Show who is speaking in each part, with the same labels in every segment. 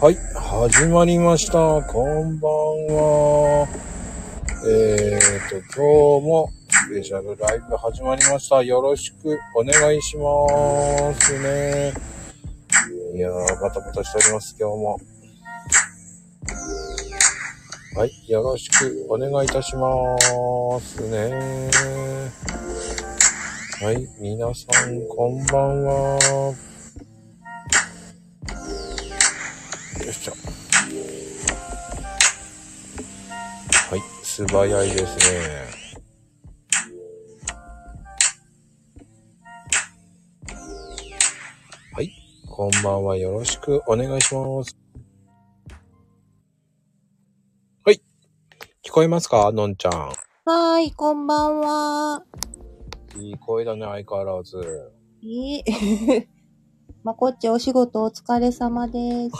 Speaker 1: はい、始まりました。こんばんは。えーと、今日もスペシャルライブ始まりました。よろしくお願いしますね。いやー、バタバタしております、今日も。はい、よろしくお願いいたしますね。はい、皆さん、こんばんは。よいしょはい素早いですねはいこんばんはよろしくお願いしますはい聞こえますかのんちゃん
Speaker 2: はーい、こんばんは。
Speaker 1: いい声だね相変わらず
Speaker 2: えー まこっちお仕事お疲れ様です。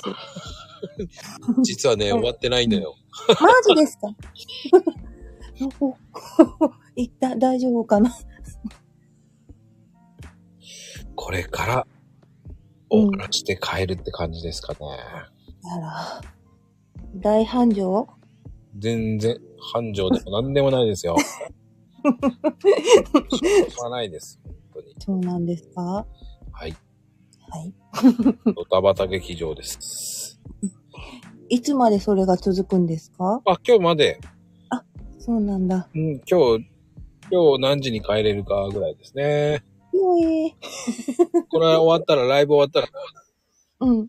Speaker 1: 実はね
Speaker 2: うん
Speaker 1: 終わってないんだよ
Speaker 2: マジですか おいった、大丈夫かな
Speaker 1: これから
Speaker 2: うん
Speaker 1: 終わらして帰るって感じですかね、
Speaker 2: あら、大繁盛
Speaker 1: 全然繁盛でも何でもないですよ。しょうがないです。本当に。
Speaker 2: そうなんですかは
Speaker 1: はい。
Speaker 2: い。
Speaker 1: ドタバタ劇場です。
Speaker 2: いつまでそれが続くんですか
Speaker 1: あ、今日まで、
Speaker 2: そうなんだ。
Speaker 1: うん、今日、今日何時に帰れるかぐらいですね。
Speaker 2: よえー。
Speaker 1: これ終わったら、ライブ終わったら、
Speaker 2: うん。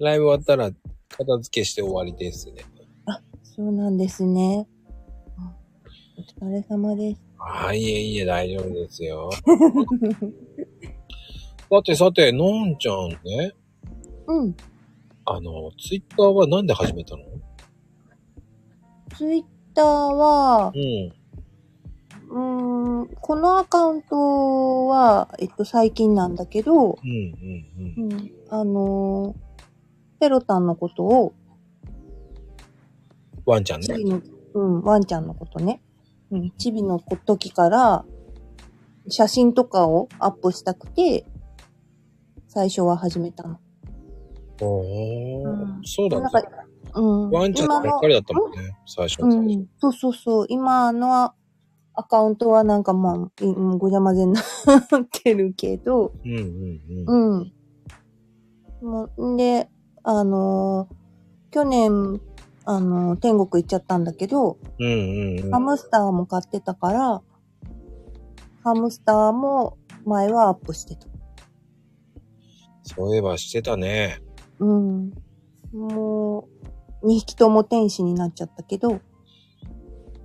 Speaker 1: ライブ終わったら、片付けして終わりですね。
Speaker 2: そうなんですね。うんお疲れ様です。
Speaker 1: はい、いえいえ、大丈夫ですよ。さてさて、のんちゃんね、
Speaker 2: うん。
Speaker 1: あの、ツイッターはなんで始めたの
Speaker 2: ツイッターは
Speaker 1: う、ん。
Speaker 2: うーんこのアカウントは、えっと、最近なんだけど、
Speaker 1: うん、うん、うん。
Speaker 2: うん、あのーペロタンのことを、
Speaker 1: ワンちゃん
Speaker 2: チ
Speaker 1: ね。
Speaker 2: ビの、うん、ワンちゃんのことね。うん、チビの時から、写真とかをアップしたくて、最初は始めたの。
Speaker 1: おー
Speaker 2: うん
Speaker 1: そうだね
Speaker 2: なん。か、うん。
Speaker 1: ワンちゃんばっかりだったもん
Speaker 2: ね。
Speaker 1: ね、最初の
Speaker 2: う
Speaker 1: 最初。
Speaker 2: ん、そうそうそう。今のアカウントはなんかまあ、いうんごちゃ混ぜになってるけど、
Speaker 1: うんうんうん。
Speaker 2: うん。もう、んで、あのー去年、あのー天国行っちゃったんだけど、
Speaker 1: うんうんうん。
Speaker 2: ハムスターも買ってたから、ハムスターも前はアップしてた。
Speaker 1: そういえばしてたね。
Speaker 2: うん。もう、2匹とも天使になっちゃったけ ど、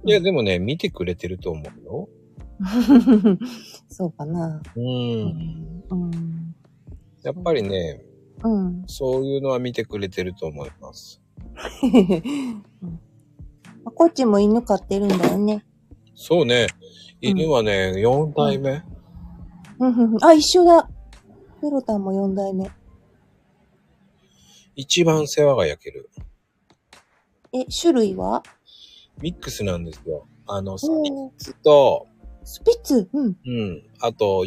Speaker 1: いや、でもね、見てくれてると思うよ。
Speaker 2: そうかな。
Speaker 1: う。
Speaker 2: うんん。うん。
Speaker 1: やっぱりね、
Speaker 2: うん。
Speaker 1: そういうのは見てくれてると思います。
Speaker 2: うんまこっちも犬飼ってるんだよね。
Speaker 1: そうね、犬はね、4代目。
Speaker 2: うんうんうんあ、一緒だ。ペロタンも4代目。
Speaker 1: 一番世話が焼ける。
Speaker 2: え、種類は
Speaker 1: ミックスなんですよ。あの、スピッ
Speaker 2: おー
Speaker 1: ツと、
Speaker 2: スピッツうん。
Speaker 1: うん、あと、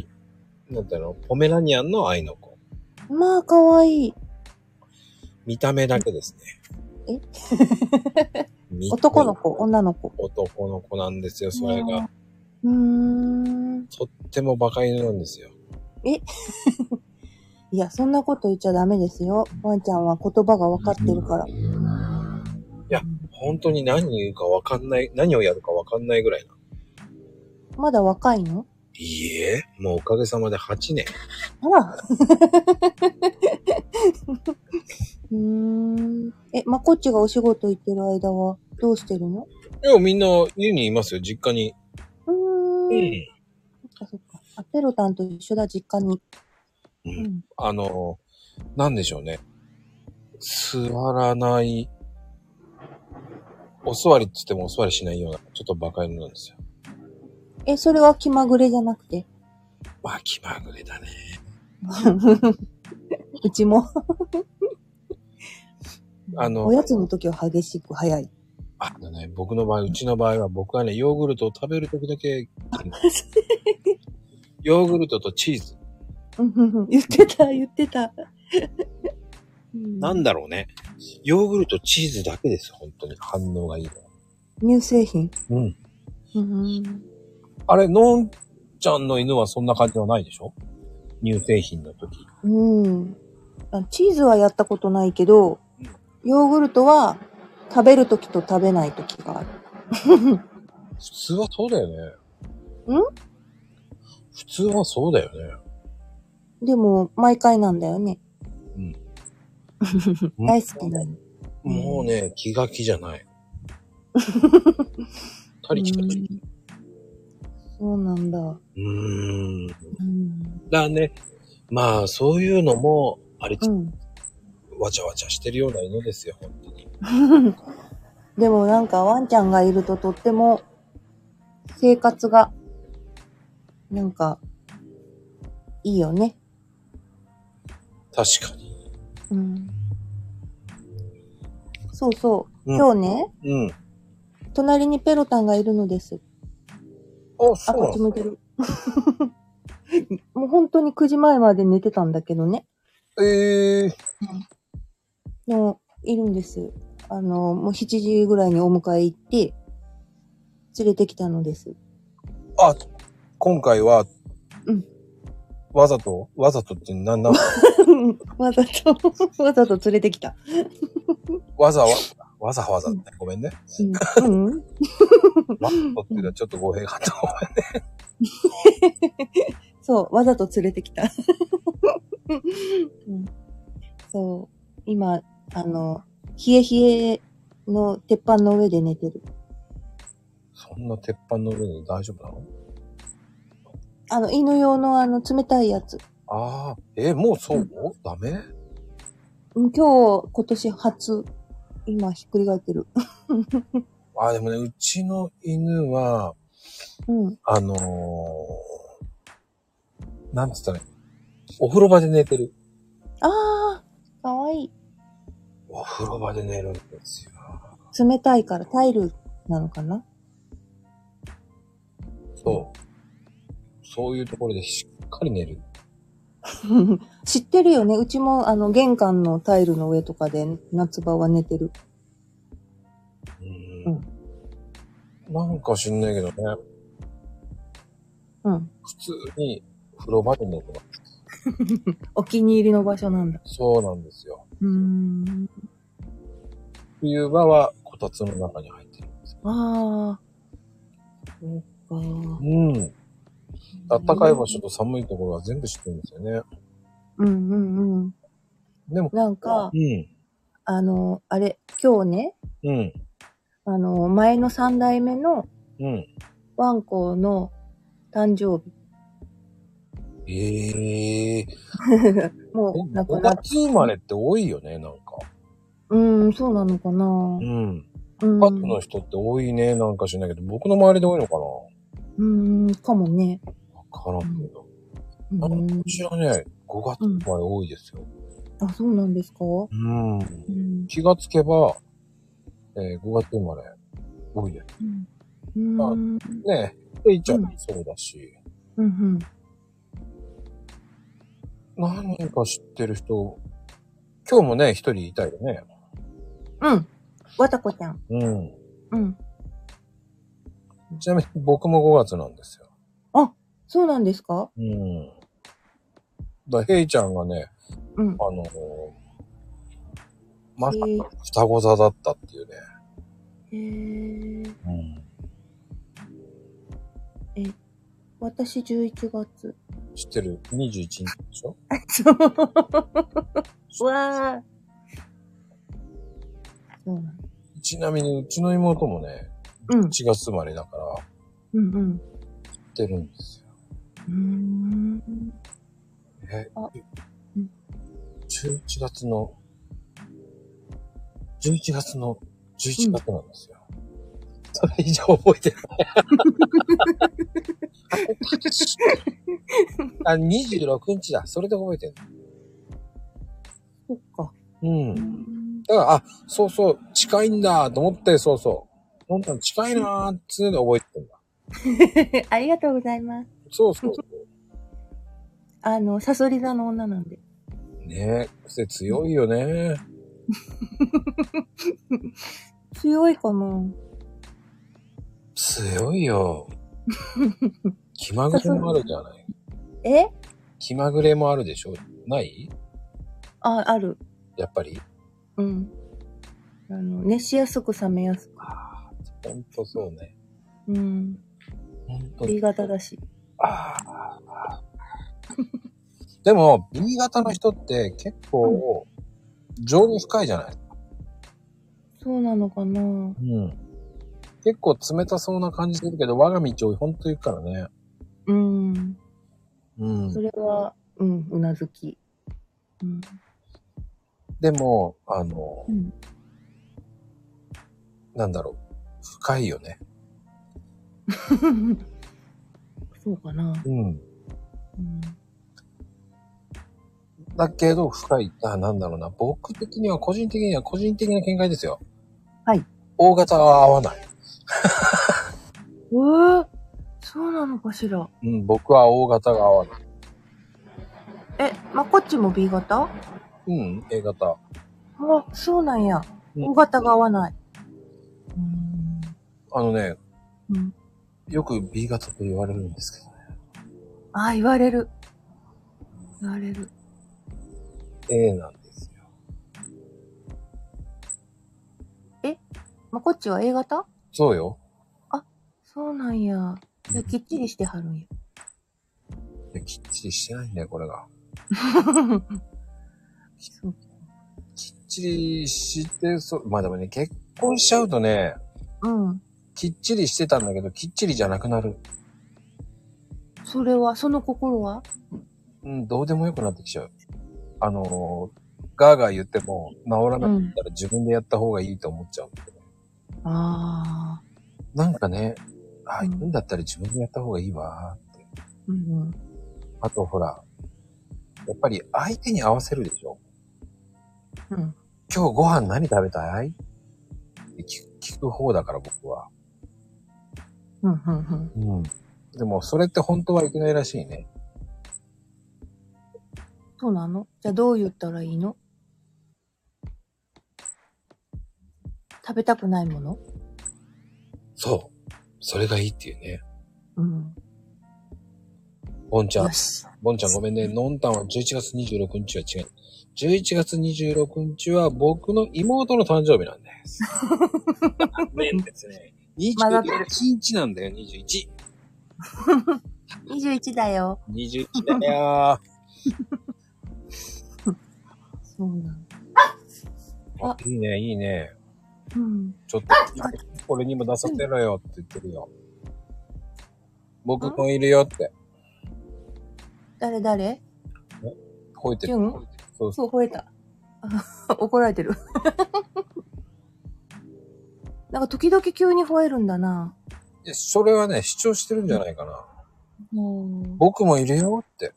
Speaker 1: なんだろうの、ポメラニアンの愛の子。
Speaker 2: まあ、かわいい。
Speaker 1: 見た目だけですね。え
Speaker 2: 男の子、女の子。
Speaker 1: 男の子なんですよ、それが。
Speaker 2: うーん。
Speaker 1: とってもバカ犬なんですよ。
Speaker 2: いや、そんなこと言っちゃダメですよ。ワンちゃんは言葉がわかってるから。
Speaker 1: 本当に何言うかわかんない、何をやるかわかんないぐらいな。
Speaker 2: まだ若いの
Speaker 1: いいえ、もうおかげさまで8年。
Speaker 2: あら。 うーん。え、まこっちがお仕事行ってる間は、どうしてるの
Speaker 1: いや、みんな家にいますよ、実家に。
Speaker 2: う
Speaker 1: う
Speaker 2: ーん。
Speaker 1: ん。
Speaker 2: そっかそっか。あ、ペロタンと一緒だ、実家に。
Speaker 1: う
Speaker 2: うんん。
Speaker 1: あの、なんでしょうね。座らない、お座りって言ってもお座りしないような、ちょっとバカ犬なんですよ。
Speaker 2: え、それは気まぐれじゃなくて。
Speaker 1: まあ、気まぐれだね。
Speaker 2: うちも。
Speaker 1: あの
Speaker 2: おやつの時は激しく早い。
Speaker 1: あのね、僕の場合、うちの場合は僕はね、ヨーグルトを食べるときだけ、 ヨーグルトとチーズ。
Speaker 2: うんうんうん言ってた、言ってた。ううん
Speaker 1: なんだろうね。ヨーグルト、チーズだけです、本当に。反応がいいのは。
Speaker 2: 乳製品。
Speaker 1: うん。
Speaker 2: うん。
Speaker 1: あれ、のんちゃんの犬はそんな感じはないでしょ乳製品の時。
Speaker 2: うん。あチーズはやったことないけど
Speaker 1: うん、
Speaker 2: ヨーグルトは食べるときと食べないときがある。
Speaker 1: 普通はそうだよね。
Speaker 2: ん
Speaker 1: 普通はそうだよね。
Speaker 2: でも、毎回なんだよね。
Speaker 1: うん
Speaker 2: 大好きなの。
Speaker 1: もうね、気が気じゃない。たりきたり。
Speaker 2: そうなんだ。
Speaker 1: うーん。だか
Speaker 2: うん。
Speaker 1: らね、まあ、そういうのも、あれ、
Speaker 2: うん。
Speaker 1: わちゃわちゃしてるような犬ですよ、本当に。
Speaker 2: でもなんかワンちゃんがいるととっても生活がなんかいいよね。
Speaker 1: 確かに。
Speaker 2: うん。そう
Speaker 1: う
Speaker 2: そう。
Speaker 1: ん
Speaker 2: 今日ね、
Speaker 1: うん。
Speaker 2: 隣にペロタンがいるのです。
Speaker 1: あ、
Speaker 2: あ、
Speaker 1: そう
Speaker 2: こ
Speaker 1: な
Speaker 2: っち
Speaker 1: の
Speaker 2: 向いてる。 もう本当に9時前まで寝てたんだけどね。
Speaker 1: ええー。
Speaker 2: でも、いるんです。あの、もう7時ぐらいにお迎え行って、連れてきたのです。
Speaker 1: あ、今回は、
Speaker 2: うん
Speaker 1: わざとわざとってなんな、
Speaker 2: わざと、わざと連れてきた。
Speaker 1: わざわ、わざわざって、ごめんね。
Speaker 2: うん。うん
Speaker 1: わざとっていうのはちょっと語弊があった。ごめんね
Speaker 2: そう、わざと連れてき た。うんそう、今、あの、冷え冷えの鉄板の上で寝てる。
Speaker 1: そんな鉄板の上で大丈夫なの
Speaker 2: あの、犬用のあの、冷たいやつ。
Speaker 1: ああ、えーもうそう、ダメ
Speaker 2: うん今日、今年初、今、ひっくり返ってる。
Speaker 1: ああ、でもね、うちの犬は、
Speaker 2: うん。
Speaker 1: あのー、なんつったらいいお風呂場で寝てる。
Speaker 2: あー、かわいい。
Speaker 1: お風呂場で寝るんですよ。
Speaker 2: 冷たいからタイルなのか な
Speaker 1: そう。そういうところでしっかり寝る。
Speaker 2: 知ってるよね。うちも、あの、玄関のタイルの上とかで、夏場は寝てる。
Speaker 1: うん。なんか知んないけどね、
Speaker 2: うん。
Speaker 1: 普通に風呂場で寝てます。
Speaker 2: お気に入りの場所なんだ。
Speaker 1: そうなんですよ。
Speaker 2: うーん。
Speaker 1: 冬場はこたつの中に入ってるんですよ。
Speaker 2: ああ。そうか。
Speaker 1: うん。暖かい場所と寒いところは全部知ってるんですよね。
Speaker 2: うんうんうん。
Speaker 1: でも、
Speaker 2: なんか
Speaker 1: う、ん。
Speaker 2: あの、あれ、今日ね、
Speaker 1: うん。
Speaker 2: あの、前の三代目の
Speaker 1: うん。
Speaker 2: ワンコの誕生日。
Speaker 1: ええー。
Speaker 2: もう、なく
Speaker 1: 5
Speaker 2: なっ
Speaker 1: 月生まれって多いよね、なんか。
Speaker 2: うん、そうなのかな
Speaker 1: う。ん。
Speaker 2: うん。
Speaker 1: パックの人って多いね、なんか知んないけど、僕の周りで多いのか
Speaker 2: うん、かもね。
Speaker 1: なわからんけど。
Speaker 2: う
Speaker 1: なんか
Speaker 2: ん
Speaker 1: こ、ちらね、5月生まれ多いですよ。
Speaker 2: あ、そうなんですかう
Speaker 1: うん。
Speaker 2: ん。
Speaker 1: 気がつけば、えー5月生まれ多いです。
Speaker 2: うん。うん。
Speaker 1: ねえ、えいちゃん
Speaker 2: う
Speaker 1: もそうだし、
Speaker 2: うん。
Speaker 1: 何人か知ってる人、今日もね、一人いたよね。
Speaker 2: うん。わたこちゃん。
Speaker 1: うん。
Speaker 2: うん。
Speaker 1: ちなみに僕も5月なんですよ。
Speaker 2: そうなんですか
Speaker 1: うん。だから、へいちゃんがね、
Speaker 2: うん。
Speaker 1: あのーまさか
Speaker 2: へえ
Speaker 1: 双子座だったっていうね。う
Speaker 2: へえ。
Speaker 1: ん。
Speaker 2: 私11月。
Speaker 1: 知ってる ?21 日でしょ
Speaker 2: うわーそうなの。
Speaker 1: ちなみに、うちの妹もね、
Speaker 2: うん。
Speaker 1: 1月生まれだから、
Speaker 2: うんうん。
Speaker 1: 知ってるんですよ。
Speaker 2: うーん。
Speaker 1: え
Speaker 2: あ、うん
Speaker 1: 11月の、11月の11月なんですよ。それ以上覚えてない。あ、26日だ。それで覚えてる。
Speaker 2: そっか。
Speaker 1: うん
Speaker 2: う。ん
Speaker 1: だから、あ、そうそう、近いんだと思って、そうそう。本当に近いなーっつうので覚えてるんだ。
Speaker 2: ありがとうございます。
Speaker 1: そうそう。
Speaker 2: あの、サソリ座の女なんで。
Speaker 1: ねえ、癖強いよね。
Speaker 2: 強いかな
Speaker 1: 強いよ。気まぐれもあるじゃない。
Speaker 2: え
Speaker 1: 気まぐれもあるでしょない
Speaker 2: あ、ある。
Speaker 1: やっぱり。
Speaker 2: うん。あの、熱しやすく冷めやすく。
Speaker 1: ああ、ほんとそうね。
Speaker 2: うん。
Speaker 1: ほんと
Speaker 2: B 型だし。
Speaker 1: ああ。 でも、B 型の人って結構、情に深いじゃない
Speaker 2: そうなのかな
Speaker 1: うん。結構冷たそうな感じするけど、我が道をほんと言うからね。
Speaker 2: うん。
Speaker 1: うん
Speaker 2: そ。れは、うん、うなずき。うん。
Speaker 1: でも、あの、
Speaker 2: うん、
Speaker 1: なんだろう。深いよね。
Speaker 2: そうかな。
Speaker 1: うん。
Speaker 2: うん。
Speaker 1: だけど、深い。あ、なんだろうな。僕的には、個人的には、個人的な見解ですよ。
Speaker 2: はい。
Speaker 1: 大型は合わない。
Speaker 2: うわそうなのかしら。
Speaker 1: うん、僕は大型が合わない。
Speaker 2: え、まこっちも B 型
Speaker 1: うん、A 型。
Speaker 2: あ、そうなんや。
Speaker 1: うん
Speaker 2: O 型が合わない。うん。
Speaker 1: あのね、
Speaker 2: うん。
Speaker 1: よく B 型と言われるんですけどね。
Speaker 2: あ、言われる。言われる。
Speaker 1: A なんですよ。
Speaker 2: まこっちは A 型
Speaker 1: そうよ。
Speaker 2: そうなんや。いや、きっちりしてはるんや。
Speaker 1: いやきっちりしてないんだよ、これが。
Speaker 2: そう。
Speaker 1: きっちりして、そう、まあでもね、結婚しちゃうとね、
Speaker 2: うん。
Speaker 1: きっちりしてたんだけど、きっちりじゃなくなる。
Speaker 2: それは、その心は
Speaker 1: うん、どうでもよくなってきちゃう。あのー、ガーガー言っても治らなかったら自分でやった方がいいと思っちゃうんだけど、
Speaker 2: ああ。
Speaker 1: なんかね、あ、
Speaker 2: うん
Speaker 1: 言うんだったら自分でやった方がいいわーって。
Speaker 2: うんうん。
Speaker 1: あとほら、やっぱり相手に合わせるでしょ
Speaker 2: うん。
Speaker 1: 今日ご飯何食べたいって聞く聞く方だから僕は。
Speaker 2: うんうんうん。
Speaker 1: うん。でもそれって本当はいけないらしいね。
Speaker 2: そうなのじゃあどう言ったらいいの食べたくないもの
Speaker 1: そう。それがいいっていうね。
Speaker 2: うん。
Speaker 1: ボンちゃん
Speaker 2: よ、し。
Speaker 1: ボンちゃんごめんね。のんたんは11月26日は違う。11月26日は僕の妹の誕生日なんです。残念ですね。
Speaker 2: 混ざっ
Speaker 1: 21
Speaker 2: てる
Speaker 1: 日なんだよ、21。
Speaker 2: 21だよ。
Speaker 1: 21だよ
Speaker 2: そうなの。
Speaker 1: ー。あいいね、いいね。
Speaker 2: うん。
Speaker 1: ちょっと、俺にも出させろよって言ってるよ。僕もいるよって。
Speaker 2: 誰誰
Speaker 1: 吠えて
Speaker 2: ジ
Speaker 1: る。
Speaker 2: ュン
Speaker 1: そうそ
Speaker 2: そう、吠えた。 あ怒られてる。 なんか時々急に吠えるんだな。
Speaker 1: ういやそれはね、主張してるんじゃないかな。
Speaker 2: うん。
Speaker 1: 僕もいるよって。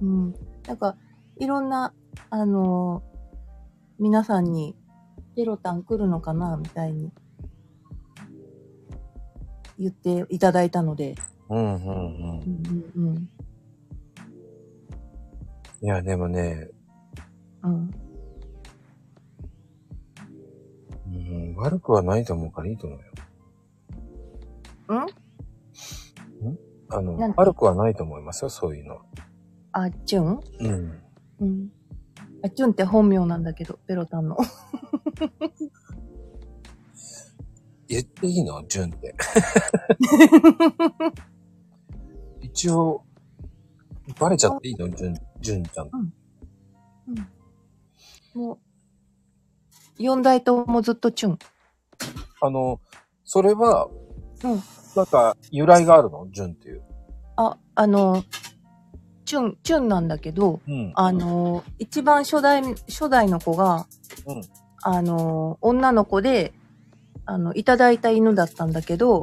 Speaker 2: うん。なんか、いろんな、あのー皆さんに、ペロタン来るのかなみたいに、言っていただいたので。
Speaker 1: うんうんうん
Speaker 2: う。んうん
Speaker 1: いや、でもね、
Speaker 2: うん。うん。
Speaker 1: うん、悪くはないと思うからいいと思うよ。んんあ
Speaker 2: なん
Speaker 1: の、
Speaker 2: て
Speaker 1: 悪くはないと思いますよ、そういうのは。
Speaker 2: あっちゅん
Speaker 1: うん。
Speaker 2: うん。あっちゅんって本名なんだけど、ペロタンの。
Speaker 1: 言っていいの純 って。一応、バレちゃっていいの純、純ちゃん。
Speaker 2: もう、四代ともずっとチュン。
Speaker 1: あの、それは、
Speaker 2: うん。
Speaker 1: なんか、由来があるの純っていう。
Speaker 2: あ、あの、チュン、チュンなんだけど、
Speaker 1: うん。
Speaker 2: あの、一番初代、初代の子が、
Speaker 1: うん
Speaker 2: あの、女の子で、あの、いただいた犬だったんだけど、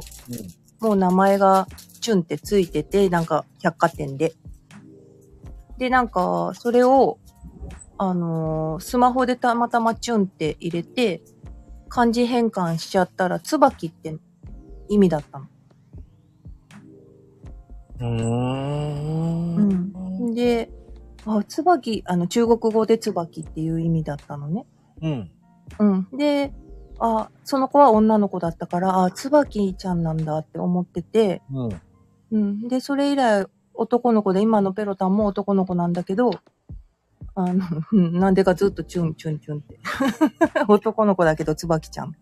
Speaker 2: もう名前がチュンってついてて、なんか百貨店で。で、なんか、それを、あのースマホでたまたまチュンって入れて、漢字変換しちゃったら、椿って意味だったの。
Speaker 1: うん。うーん。
Speaker 2: で、あ、椿、あの、中国語で椿っていう意味だったのね。
Speaker 1: うん。
Speaker 2: うん。で、あ、その子は女の子だったから、あ、椿ちゃんなんだって思ってて、
Speaker 1: うん。
Speaker 2: うん。で、それ以来、男の子で、今のペロタンも男の子なんだけど、あの、うんなんでかずっとチュンチュンチュンって。 男の子だけど、椿ちゃん。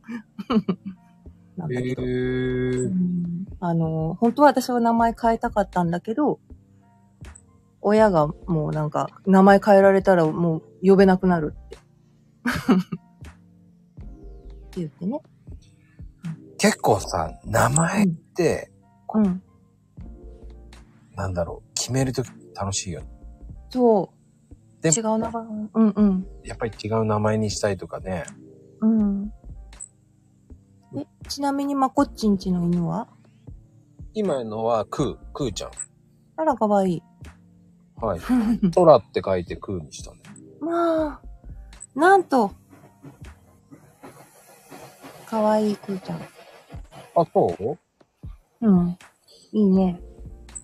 Speaker 2: なん
Speaker 1: え
Speaker 2: だけど。う
Speaker 1: ー、
Speaker 2: んあの、本当は私は名前変えたかったんだけど、親がもうなんか、名前変えられたらもう呼べなくなる って。って言ってね。
Speaker 1: 結構さ、名前って、
Speaker 2: うん。
Speaker 1: なんだろう、決めるとき楽しいよね。
Speaker 2: そう。
Speaker 1: で
Speaker 2: 違う名前。うんうん。
Speaker 1: やっぱり違う名前にしたいとかね。
Speaker 2: うん。え、ちなみにまこっちんちの犬は
Speaker 1: 今のはクー、クーちゃん。
Speaker 2: あら、かわ いい。
Speaker 1: はい。 空って書いてクーにしたね。
Speaker 2: まあ、なんと。かわいい、くーちゃん。
Speaker 1: あ、そう
Speaker 2: うん。いいね。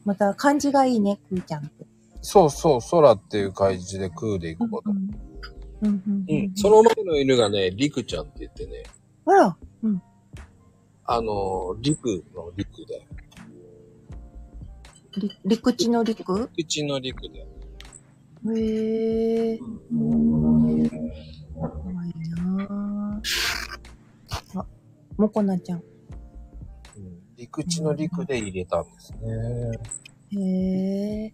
Speaker 2: また漢字がいいね、くーちゃんって。
Speaker 1: そうそう、空っていう感じでクーでいこうかと。
Speaker 2: ん。うんうん
Speaker 3: う
Speaker 2: うんん。
Speaker 3: その前の犬がね、リクちゃんって言ってね、
Speaker 2: あら、
Speaker 3: あのー、リクのリクで、
Speaker 2: り陸地の陸
Speaker 3: うちのリクで。
Speaker 2: へえ。ー。かわいいなぁ。あ、もこなちゃん。
Speaker 1: うん陸地の陸で入れたんですね。
Speaker 2: へえ。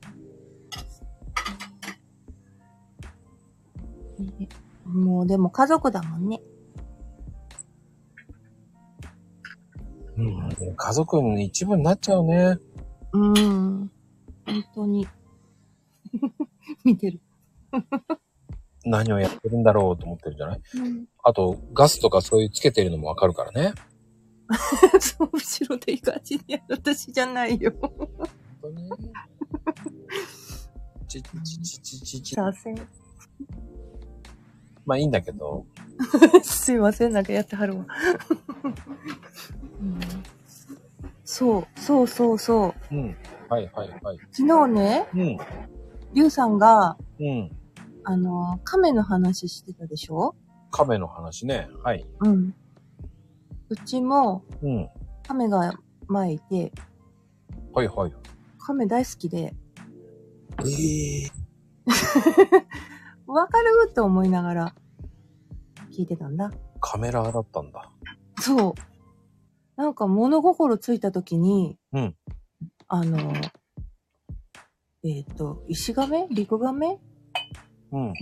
Speaker 2: ねもうでも家族だもんね。
Speaker 1: うん、家族の一部になっちゃうね。
Speaker 2: うん。本当に。 見てる。
Speaker 1: 何をやってるんだろうと思ってるじゃない
Speaker 2: うん、
Speaker 1: あと、ガスとかそういうつけてるのもわかるからね。
Speaker 2: そう、後ろでいい感じに私じゃないよ。
Speaker 1: 本 当ね。ちちちちちちち。
Speaker 2: させん。
Speaker 1: まあいいんだけど。
Speaker 2: すいません、なんかやってはるわ。うんそう、そうそうそう。
Speaker 1: うん。はいはいはい。
Speaker 2: 昨日ね、
Speaker 1: うん。
Speaker 2: りゅうさんが、
Speaker 1: うん。
Speaker 2: あの、亀の話してたでしょ
Speaker 1: 亀の話ね。はい。
Speaker 2: うん。うちも、
Speaker 1: うん。
Speaker 2: 亀が前いて、
Speaker 1: はいはい。
Speaker 2: 亀大好きで、
Speaker 1: ええ
Speaker 2: わかると思いながら、聞いてたんだ。
Speaker 1: カメラだったんだ。
Speaker 2: そう。なんか物心ついた時に、
Speaker 1: うん
Speaker 2: あの、えっ、と、石亀陸亀
Speaker 1: うん。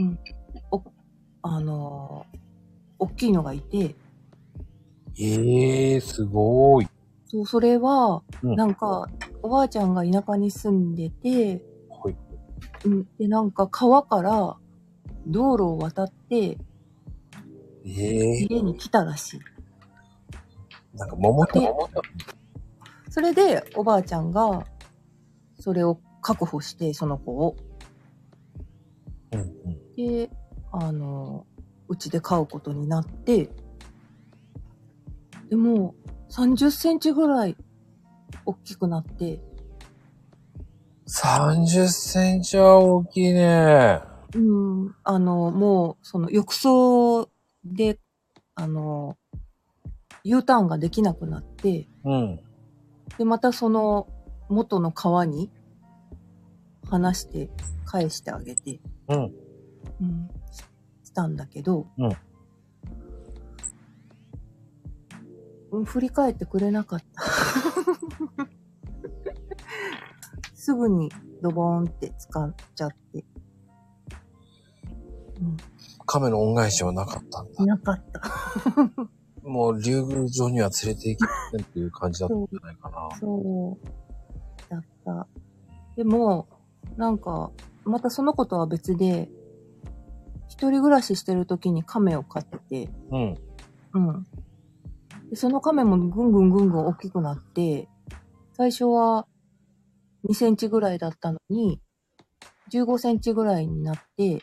Speaker 2: あの、大きいのがいて、
Speaker 1: ええすごーい。
Speaker 2: そう、それは、
Speaker 1: うん
Speaker 2: なんか、おばあちゃんが田舎に住んでて、
Speaker 1: はい。
Speaker 2: うん、で、なんか川から道路を渡って
Speaker 1: ええ
Speaker 2: 家に来たらしい。
Speaker 1: なんか桃太郎。
Speaker 2: それで、おばあちゃんが、それを確保して、その子を。
Speaker 1: うんうん。
Speaker 2: で、あの、うちで飼うことになって、でも、30センチぐらい大きくなって、
Speaker 1: 30センチは大きいね。
Speaker 2: うん、あの、もう、その、浴槽で、あの、U ターンができなくなって、
Speaker 1: うん。
Speaker 2: で、またその、元の川に、離して、返してあげて、
Speaker 1: うん。
Speaker 2: うん、ししたんだけど、
Speaker 1: うん
Speaker 2: うん。振り返ってくれなかった。 すぐにドボーンって使っちゃって、
Speaker 1: 亀の恩返しはなかったんだ
Speaker 2: い。なかった。
Speaker 1: もう、竜宮城には連れて行けませんっていう感じだったんじゃないかな。
Speaker 2: そう、だった。でも、なんか、またその子とは別で、一人暮らししてる時に亀を飼ってて、
Speaker 1: うん。
Speaker 2: うん。で、その亀もぐんぐんぐんぐん大きくなって、最初は2センチぐらいだったのに、15センチぐらいになって、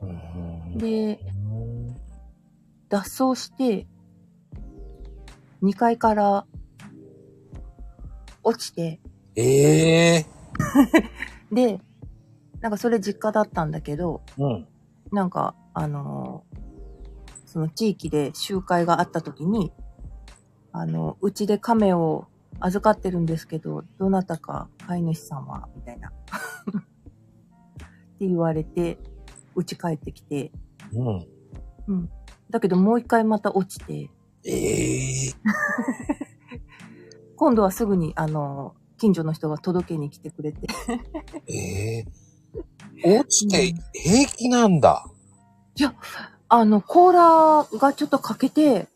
Speaker 1: うん。
Speaker 2: で、脱走して、2階から落ちて、
Speaker 1: ええ
Speaker 2: で、なんかそれ実家だったんだけど、
Speaker 1: うん。
Speaker 2: なんか、あのーその地域で集会があった時に、あの、うちで亀を預かってるんですけど、どなたか飼い主さんは、みたいな。 って言われて、うち帰ってきて、
Speaker 1: うん。
Speaker 2: だけどもう一回また落ちて、
Speaker 4: ええ
Speaker 2: 今度はすぐに、あのー近所の人が届けに来てくれて。
Speaker 1: ええ
Speaker 4: 落ちて平気なんだ。
Speaker 2: あの、甲羅がちょっと欠けて、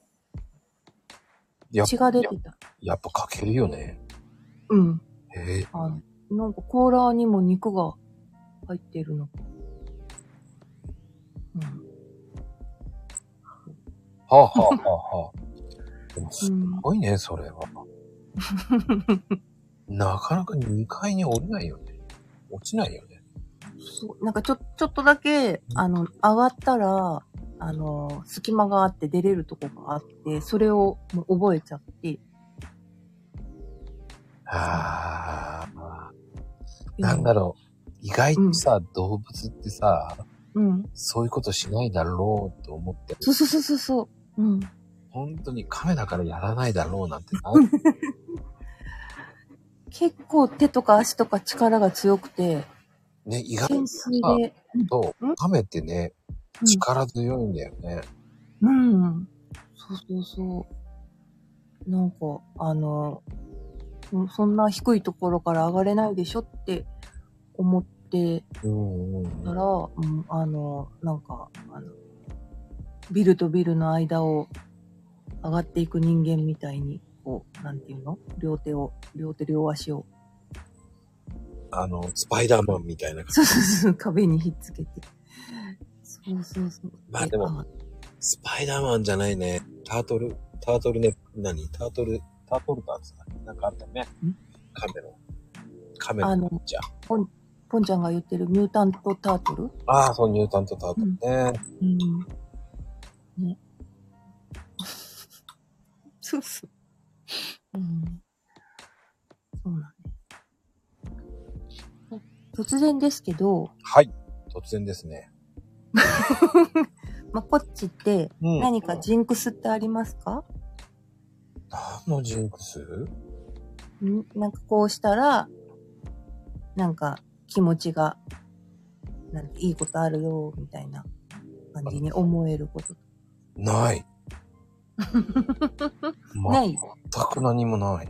Speaker 1: やっ
Speaker 2: 血が出てた。
Speaker 1: やっぱかけるよね。
Speaker 2: うん。
Speaker 1: ええ
Speaker 2: あの、なんか甲羅にも肉が入ってるの。うん。
Speaker 1: はあ、はあはあはあ。でもす
Speaker 2: うん、
Speaker 1: ごいね、それ は。なかなか2階に降りないよね。落ちないよね。
Speaker 2: そうなんかちょ、ちょっとだけ、あの、上がったら、あの、隙間があって出れるとこがあって、それをもう覚えちゃって。
Speaker 1: ああ、なんだろう。意外とさ、動物ってさ、
Speaker 2: うん。
Speaker 1: そういうことしないだろうと思って、
Speaker 2: そうそうそうそうそう。うん。
Speaker 1: 本当に亀だからやらないだろうなんてな。
Speaker 2: 結構手とか足とか力が強くて、
Speaker 1: ね、意外
Speaker 2: 懸垂で。
Speaker 1: と
Speaker 2: うん
Speaker 1: 亀ってね、
Speaker 2: うん
Speaker 1: 力強いんだよね。
Speaker 2: うん。そうそうそう。なんか、あの、そそんな低いところから上がれないでしょって思って
Speaker 1: うんうん
Speaker 2: たら、うん、あの、なんか、あの、ビルとビルの間を上がっていく人間みたいに、こう、なんていうの両手を、両手両足を、
Speaker 1: あの、スパイダーマンみたいな感じ。
Speaker 2: そうそうそう、壁にひっつけて。そうそうそう。
Speaker 1: まあでも
Speaker 2: あ
Speaker 1: スパイダーマンじゃないね。タートル、タートルね、何タートル、タートルターズだっけなんかあったよね。亀の。亀
Speaker 2: あ
Speaker 1: の
Speaker 2: の
Speaker 1: じゃ
Speaker 2: ポンちゃんが言ってるミュータントタートル
Speaker 1: あ。ああ、そう、ニュータントタートルね。
Speaker 2: うん。ね。 そうそう。うん。そうなんです。突然ですけど、
Speaker 1: はい。突然ですね。
Speaker 2: まこっちって
Speaker 1: うん
Speaker 2: 何かジンクスってありますか、
Speaker 1: 何のジンクス
Speaker 2: んなんかこうしたら、なんか気持ちが、なんかいいことあるよ、みたいな感じに思えること。
Speaker 1: ない。
Speaker 2: な
Speaker 1: 全
Speaker 2: い
Speaker 1: く何もない。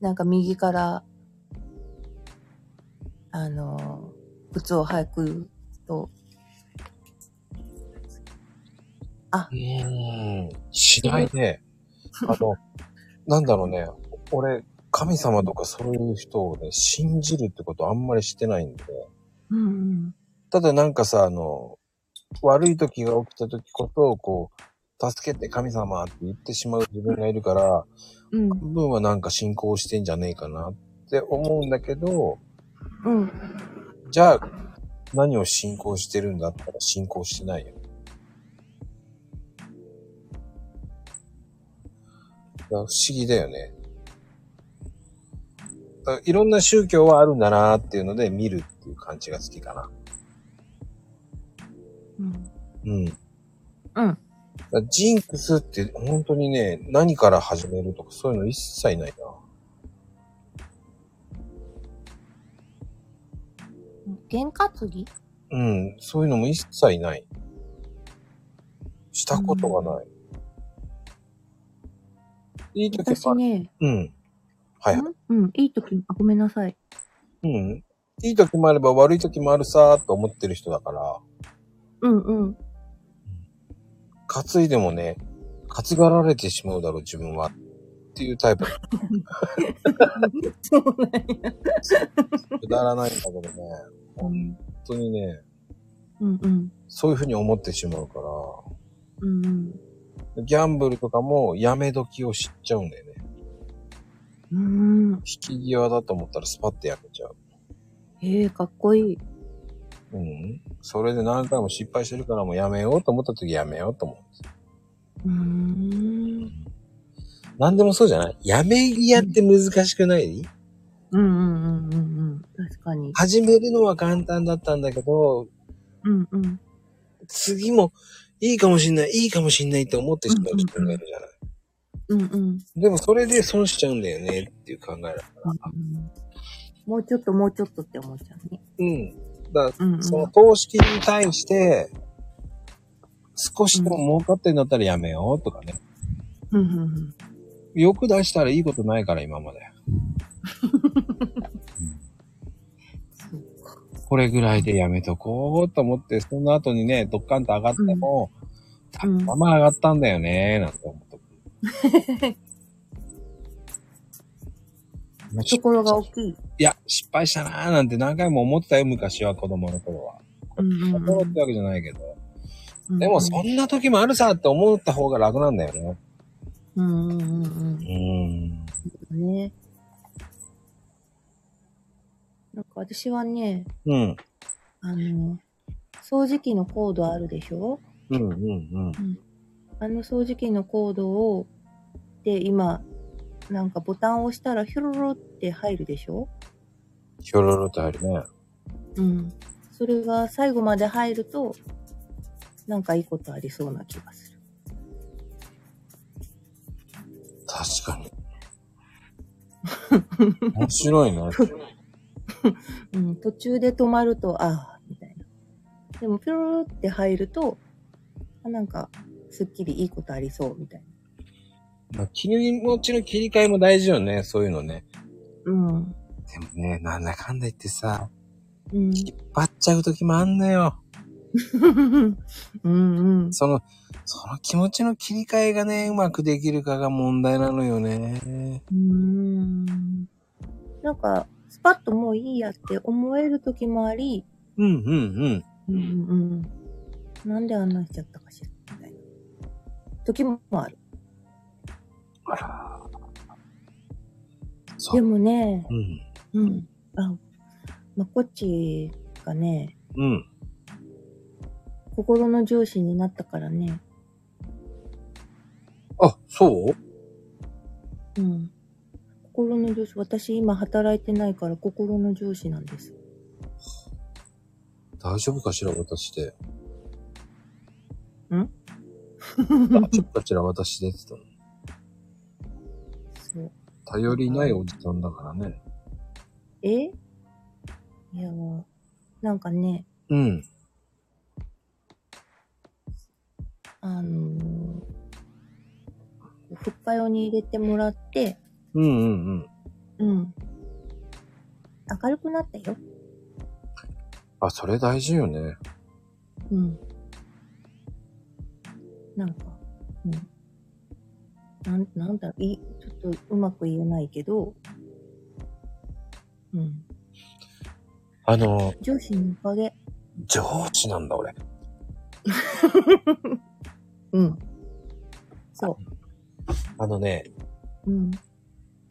Speaker 2: なんか右から、あのー、靴を履くと、
Speaker 1: うーん、しないね。あの、 なんだろうね。俺、神様とかそういう人をね、信じるってことあんまりしてないんで。
Speaker 2: うんうん。
Speaker 1: ただなんかさ、あの、悪い時が起きた時こそ、こう、助けて神様って言ってしまう自分がいるから、
Speaker 2: うん、
Speaker 1: 半分はなんか信仰してんじゃねえかなって思うんだけど、
Speaker 2: うん。
Speaker 1: じゃあ、何を信仰してるんだったら信仰してないよ。だから不思議だよね。だからいろんな宗教はあるんだなーっていうので見るっていう感じが好きかな。
Speaker 2: うん。
Speaker 1: うん。だか
Speaker 2: うん。
Speaker 1: らジンクスって本当にね、何から始めるとかそういうの一切ないな。
Speaker 2: 喧嘩釣り
Speaker 1: うん、そういうのも一切ない。したことがない。いい時もある
Speaker 2: 私ね、
Speaker 1: うん。はいはい。
Speaker 2: んうん、いい時、あ、ごめんなさい。
Speaker 1: うん。いい時もあれば悪い時もあるさーと思ってる人だから、
Speaker 2: うんうん。
Speaker 1: 担いでもね、担がられてしまうだろう、自分は。っていうタイプ。
Speaker 2: そうなんや。
Speaker 1: くだらないんだけどね。本当にね、
Speaker 2: うんうん。
Speaker 1: そういうふうに思ってしまうか
Speaker 2: うんうん。
Speaker 1: ら、ギャンブルとかもやめ時を知っちゃうんだよね。
Speaker 2: うん。
Speaker 1: 引き際だと思ったらスパッてやめちゃう。
Speaker 2: ええかっこいい。
Speaker 1: うん。それで何回も失敗してるからもうやめようと思った時やめようと思うんです。
Speaker 2: うーん。
Speaker 1: 何でもそうじゃないやめ際って難しくない、
Speaker 2: うんうんうんうんうん。確かかに。
Speaker 1: 始めるのは簡単だったんだけど、
Speaker 2: うんうん。
Speaker 1: 次も、いいかもしんない、いいかもしんないって思ってしまう人がいるじゃない。
Speaker 2: うんうん。
Speaker 1: でもそれで損しちゃうんだよねっていう考えだから。
Speaker 2: うんもうちょっともうちょっとって思っちゃうね。
Speaker 1: うん。だか
Speaker 2: うん、う
Speaker 1: ら、
Speaker 2: ん。
Speaker 1: その投資金に対して、少しでも儲かってんだったらやめようとかね。
Speaker 2: うんうんうん。
Speaker 1: 欲出したらいいことないから今まで。
Speaker 2: そうか。
Speaker 1: これぐらいでやめとこうと思って、その後にね、ドッカンと上がっても、た
Speaker 2: うん
Speaker 1: まま上がったんだよね、なんて思って。まあ
Speaker 2: ところが大きい。
Speaker 1: いや、失敗したなーなんて何回も思ってたよ、昔は子供の頃は。
Speaker 2: うんうんうん
Speaker 1: 心ってわけじゃないけど。でも、そ
Speaker 2: ん
Speaker 1: んな時もあるさって思った方が楽なんだよね。
Speaker 2: うんうんうん
Speaker 1: うん。
Speaker 2: うん。ね。なんか私はね、
Speaker 1: うん。
Speaker 2: あの、掃除機のコードあるでしょ
Speaker 1: うんうん
Speaker 2: あの掃除機のコードを、で、今、なんかボタンを押したらヒョロロって入るでしょ
Speaker 1: うん。ひょろろとあるね。
Speaker 2: うん。それが最後まで入ると、なんかいいことありそうな気がする。
Speaker 1: 確かに。面白いな。
Speaker 2: うん、途中で止まると、ああ、みたいな。でも、ピョロロって入ると、あなんか、すっきりいいことありそう、みたいな。
Speaker 1: まあ気持ちの切り替えも大事よね、そういうのね。
Speaker 2: うん。
Speaker 1: でもね、なんだかんだ言ってさ、
Speaker 2: うん。
Speaker 1: 引っ張っちゃう時もあんのよ。
Speaker 2: うんうん。
Speaker 1: その、その気持ちの切り替えがね、うまくできるかが問題なのよね。
Speaker 2: うーん。なんか、スパッともういいやって思える時もあり、
Speaker 1: うんうんうん。
Speaker 2: うんうんうん。なんであんなんしちゃったかしら、みたいな。時もある。
Speaker 1: あら。そ
Speaker 2: で
Speaker 1: う。
Speaker 2: もね、
Speaker 1: うん。
Speaker 2: うん。あ、まこっちがね、
Speaker 1: うん。
Speaker 2: 心の上司になったからね、
Speaker 1: あ、そう
Speaker 2: うん。心の上司、私今働いてないから心の上司なんです。
Speaker 1: 大丈夫かしら、私で。
Speaker 2: ん
Speaker 1: 大丈夫かしら、私でって言ったの。
Speaker 2: そう。
Speaker 1: 頼りないおじさんだからね。
Speaker 2: えいや、なんかね、
Speaker 1: うん。
Speaker 2: あのー、復活用に入れてもらって、
Speaker 1: うんうんうん。
Speaker 2: うん。明るくなったよ。
Speaker 1: あ、それ大事よね。
Speaker 2: うん。なんか、うん。なん、なんだろう、い、ちょっとうまく言えないけど、うん。
Speaker 1: あの、
Speaker 2: 上司のおかげ。
Speaker 1: 上司なんだ、俺。
Speaker 2: うん。そ
Speaker 1: あのね、
Speaker 2: う。うん。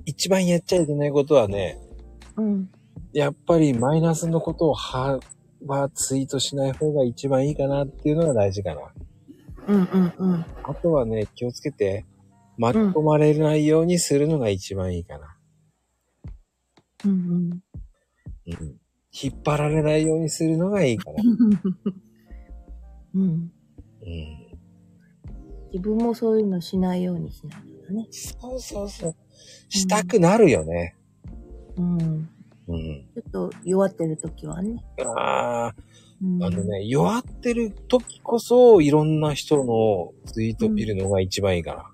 Speaker 1: 一番やっちゃいけないことはね、
Speaker 2: うん。
Speaker 1: やっぱりマイナスのことをは、はツイートしない方が一番いいかなっていうのが大事かな。
Speaker 2: うんうんうん。
Speaker 1: あとはね、気をつけて、巻き込まれないようにするのが一番いいかな。
Speaker 2: うん
Speaker 1: うん。引っ張られないようにするのがいいかな
Speaker 2: う。ん。う
Speaker 1: う
Speaker 2: ん。
Speaker 1: ん。
Speaker 2: 自分もそういうのしないようにしないとね。
Speaker 1: そうそうそう。したくなるよね。
Speaker 2: うん。
Speaker 1: うん。
Speaker 2: ちょっと弱ってる時はね。
Speaker 1: あ
Speaker 2: うん
Speaker 1: あ、あの。ね、弱ってる時こそ、いろんな人のツイート見るのが一番いいかな。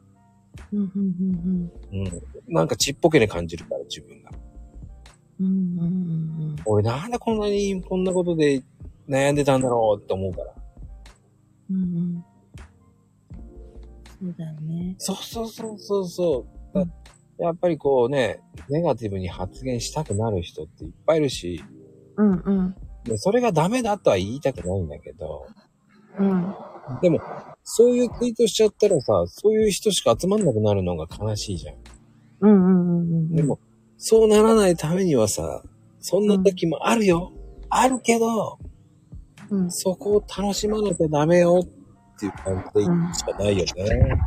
Speaker 2: うんうんうん
Speaker 1: うん。なんかちっぽけに感じるから、自分が。
Speaker 2: うん。うんうん
Speaker 1: 俺なんでこんなに、こんなことで悩んでたんだろうって思うから。
Speaker 2: うんうん。うんうん。そうだよね。
Speaker 1: そうそうそうそうそう。だ
Speaker 2: うん
Speaker 1: やっぱりこうね、ネガティブに発言したくなる人っていっぱいいるし、
Speaker 2: うんうん。
Speaker 1: でそれがダメだとは言いたくないんだけど、
Speaker 2: うん。
Speaker 1: でも、そういうツイートしちゃったらさ、そういう人しか集まんなくなるのが悲しいじゃん。
Speaker 2: うんうんうんうん。
Speaker 1: でも、そうならないためにはさ、そんな時もあるよ。あるけど、
Speaker 2: うん、
Speaker 1: そこを楽しまなきゃダメよっていう感じでいくしかないよね。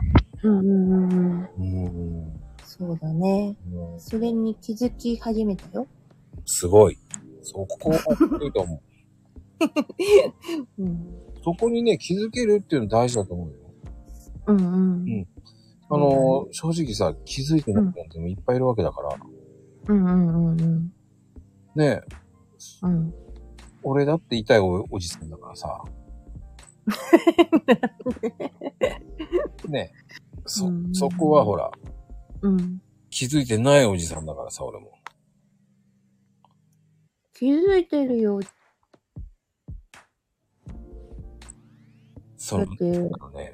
Speaker 2: うんうんうんうん。
Speaker 1: うん。
Speaker 2: そうだね。
Speaker 1: うん
Speaker 2: それに気づき始めたよ。
Speaker 1: すごい。そう、ここはいいと思う。
Speaker 2: うん。
Speaker 1: そこにね、気づけるっていうの大事だと思うよ。
Speaker 2: うんうん。
Speaker 1: あの、正直さ、気づいてない人なんていっぱいいるわけだから。
Speaker 2: うんうんうんうん。
Speaker 1: ねえ
Speaker 2: うん。
Speaker 1: 俺だって痛いおおじさんだからさ。ねえそ、そこはほら、
Speaker 2: うん。
Speaker 1: 気づいてないおじさんだからさ、俺も。
Speaker 2: 気づいてるよ。
Speaker 1: そ
Speaker 2: だっ
Speaker 1: の、
Speaker 2: て。ん
Speaker 1: あのね、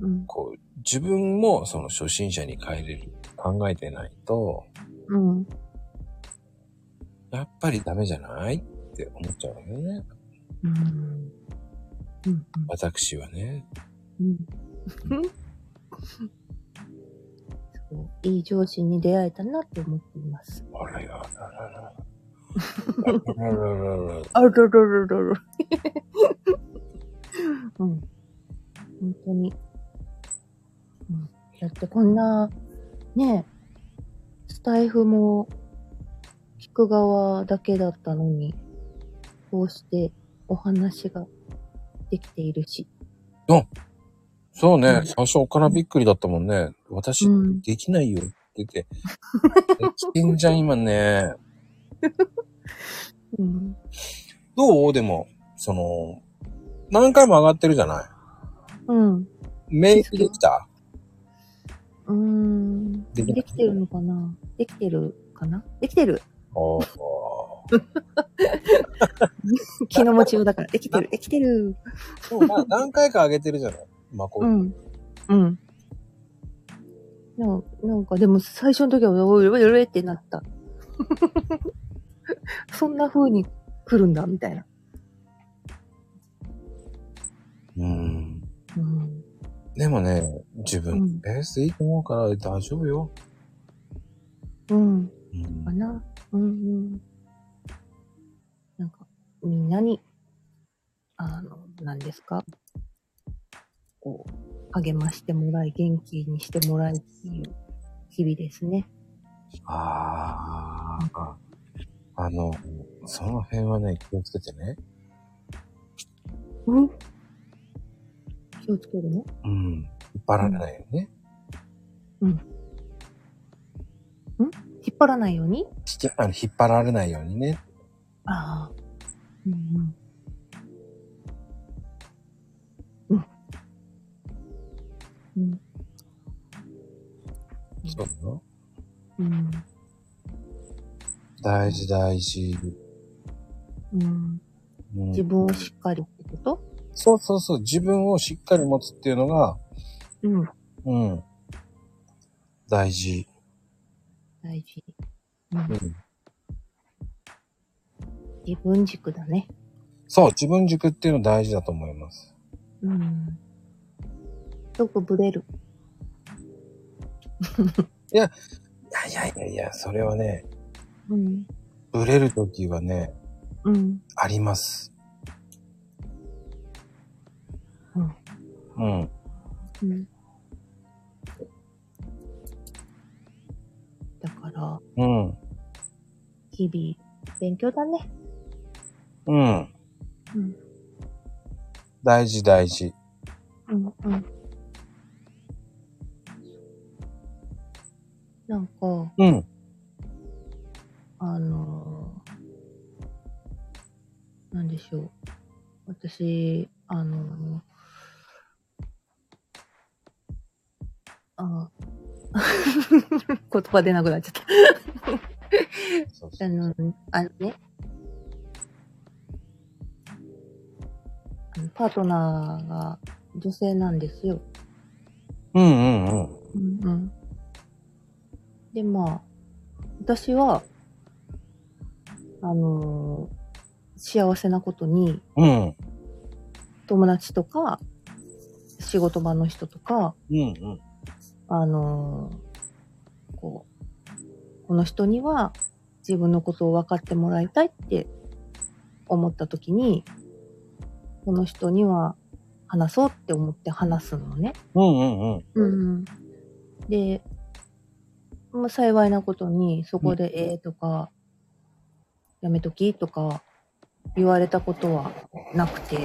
Speaker 2: うん。
Speaker 1: こう、自分もその初心者に帰れるって考えてないと、
Speaker 2: うん。
Speaker 1: やっぱりダメじゃないって思っちゃうわけね。
Speaker 2: うん。うん。
Speaker 1: 私はね。
Speaker 2: うん。そういい上司に出会えたなって思っています。
Speaker 1: あらや、あららら。あらららら。
Speaker 2: あららららら。うん。本当に。うん。だってこんな、ねえ、スタイフも聞く側だけだったのに、こうしてお話ができているし。
Speaker 1: そうね、
Speaker 2: うん
Speaker 1: 最初おからびっくりだったもんね。私、
Speaker 2: うん
Speaker 1: できないよって言って。できてんじゃん、今ね。
Speaker 2: うん。
Speaker 1: どうでも、その、何回も上がってるじゃない
Speaker 2: うん。
Speaker 1: メイクできた
Speaker 2: うーん。
Speaker 1: でき
Speaker 2: できてるのかなできてるかなできて る。
Speaker 1: おー
Speaker 2: 気の持ちようだから。できてる。できてる。
Speaker 1: でもま あ何回か上げてるじゃないまあ、こう、
Speaker 2: うん。うん。ななんか、でも最初の時は、おいおいおいってなった。 そんな風に来るんだ、みたいな。
Speaker 1: うん。
Speaker 2: うん。
Speaker 1: でもね、自
Speaker 2: う
Speaker 1: 分
Speaker 2: ん、
Speaker 1: ベースでいいと思うから大丈夫よ。
Speaker 2: うん。
Speaker 1: うん
Speaker 2: かな。うんうん。なんか、みんなに、あの、何ですかこう、励ましてもらい、元気にしてもらいっていう日々ですね。
Speaker 1: ああ。あの、その辺はね、気をつけてね。
Speaker 2: うん気をつけるの
Speaker 1: うん。引っ張られないようにね。
Speaker 2: 引っ張らないように
Speaker 1: ちっちゃい、あの、引っ張られないようにね。
Speaker 2: ああ。うんうん。うん。うん
Speaker 1: そうだよ。
Speaker 2: うん。
Speaker 1: 大事大事。
Speaker 2: うん。
Speaker 1: うん
Speaker 2: 自分をしっかりってこと
Speaker 1: そうそうそう。自分をしっかり持つっていうのが、
Speaker 2: うん。
Speaker 1: うん。大事。
Speaker 2: 大事。うん
Speaker 1: うん。
Speaker 2: 自分軸だね。
Speaker 1: そう、自分軸っていうの大事だと思います。
Speaker 2: うん。よくブレる。
Speaker 1: いやいやいやいや、それはね、
Speaker 2: うん。
Speaker 1: ブレるときはね、
Speaker 2: うん。
Speaker 1: あります。うん。
Speaker 2: うん。だから、
Speaker 1: うん。
Speaker 2: 日々、勉強だね。
Speaker 1: うん。
Speaker 2: うん。
Speaker 1: 大事大事。
Speaker 2: うんうん。なんか、
Speaker 1: うん。
Speaker 2: あのーなんでしょう。私、あのーあー 言葉出なくなっちゃった。
Speaker 1: そう
Speaker 2: あの、あのね。あのパートナーが女性なんですよ。
Speaker 1: うんうんうん。
Speaker 2: うんうん。で、まあ、私は、あのー幸せなことに、
Speaker 1: うん。
Speaker 2: 友達とか、仕事場の人とか、
Speaker 1: うんうん。
Speaker 2: あのーこう、この人には自分のことを分かってもらいたいって思った時に、この人には話そうって思って話すのね。
Speaker 1: うんうんうん。
Speaker 2: うん、で、まあ、幸いなことにそこで「ええ」とかやめときとか言われたことはなくて。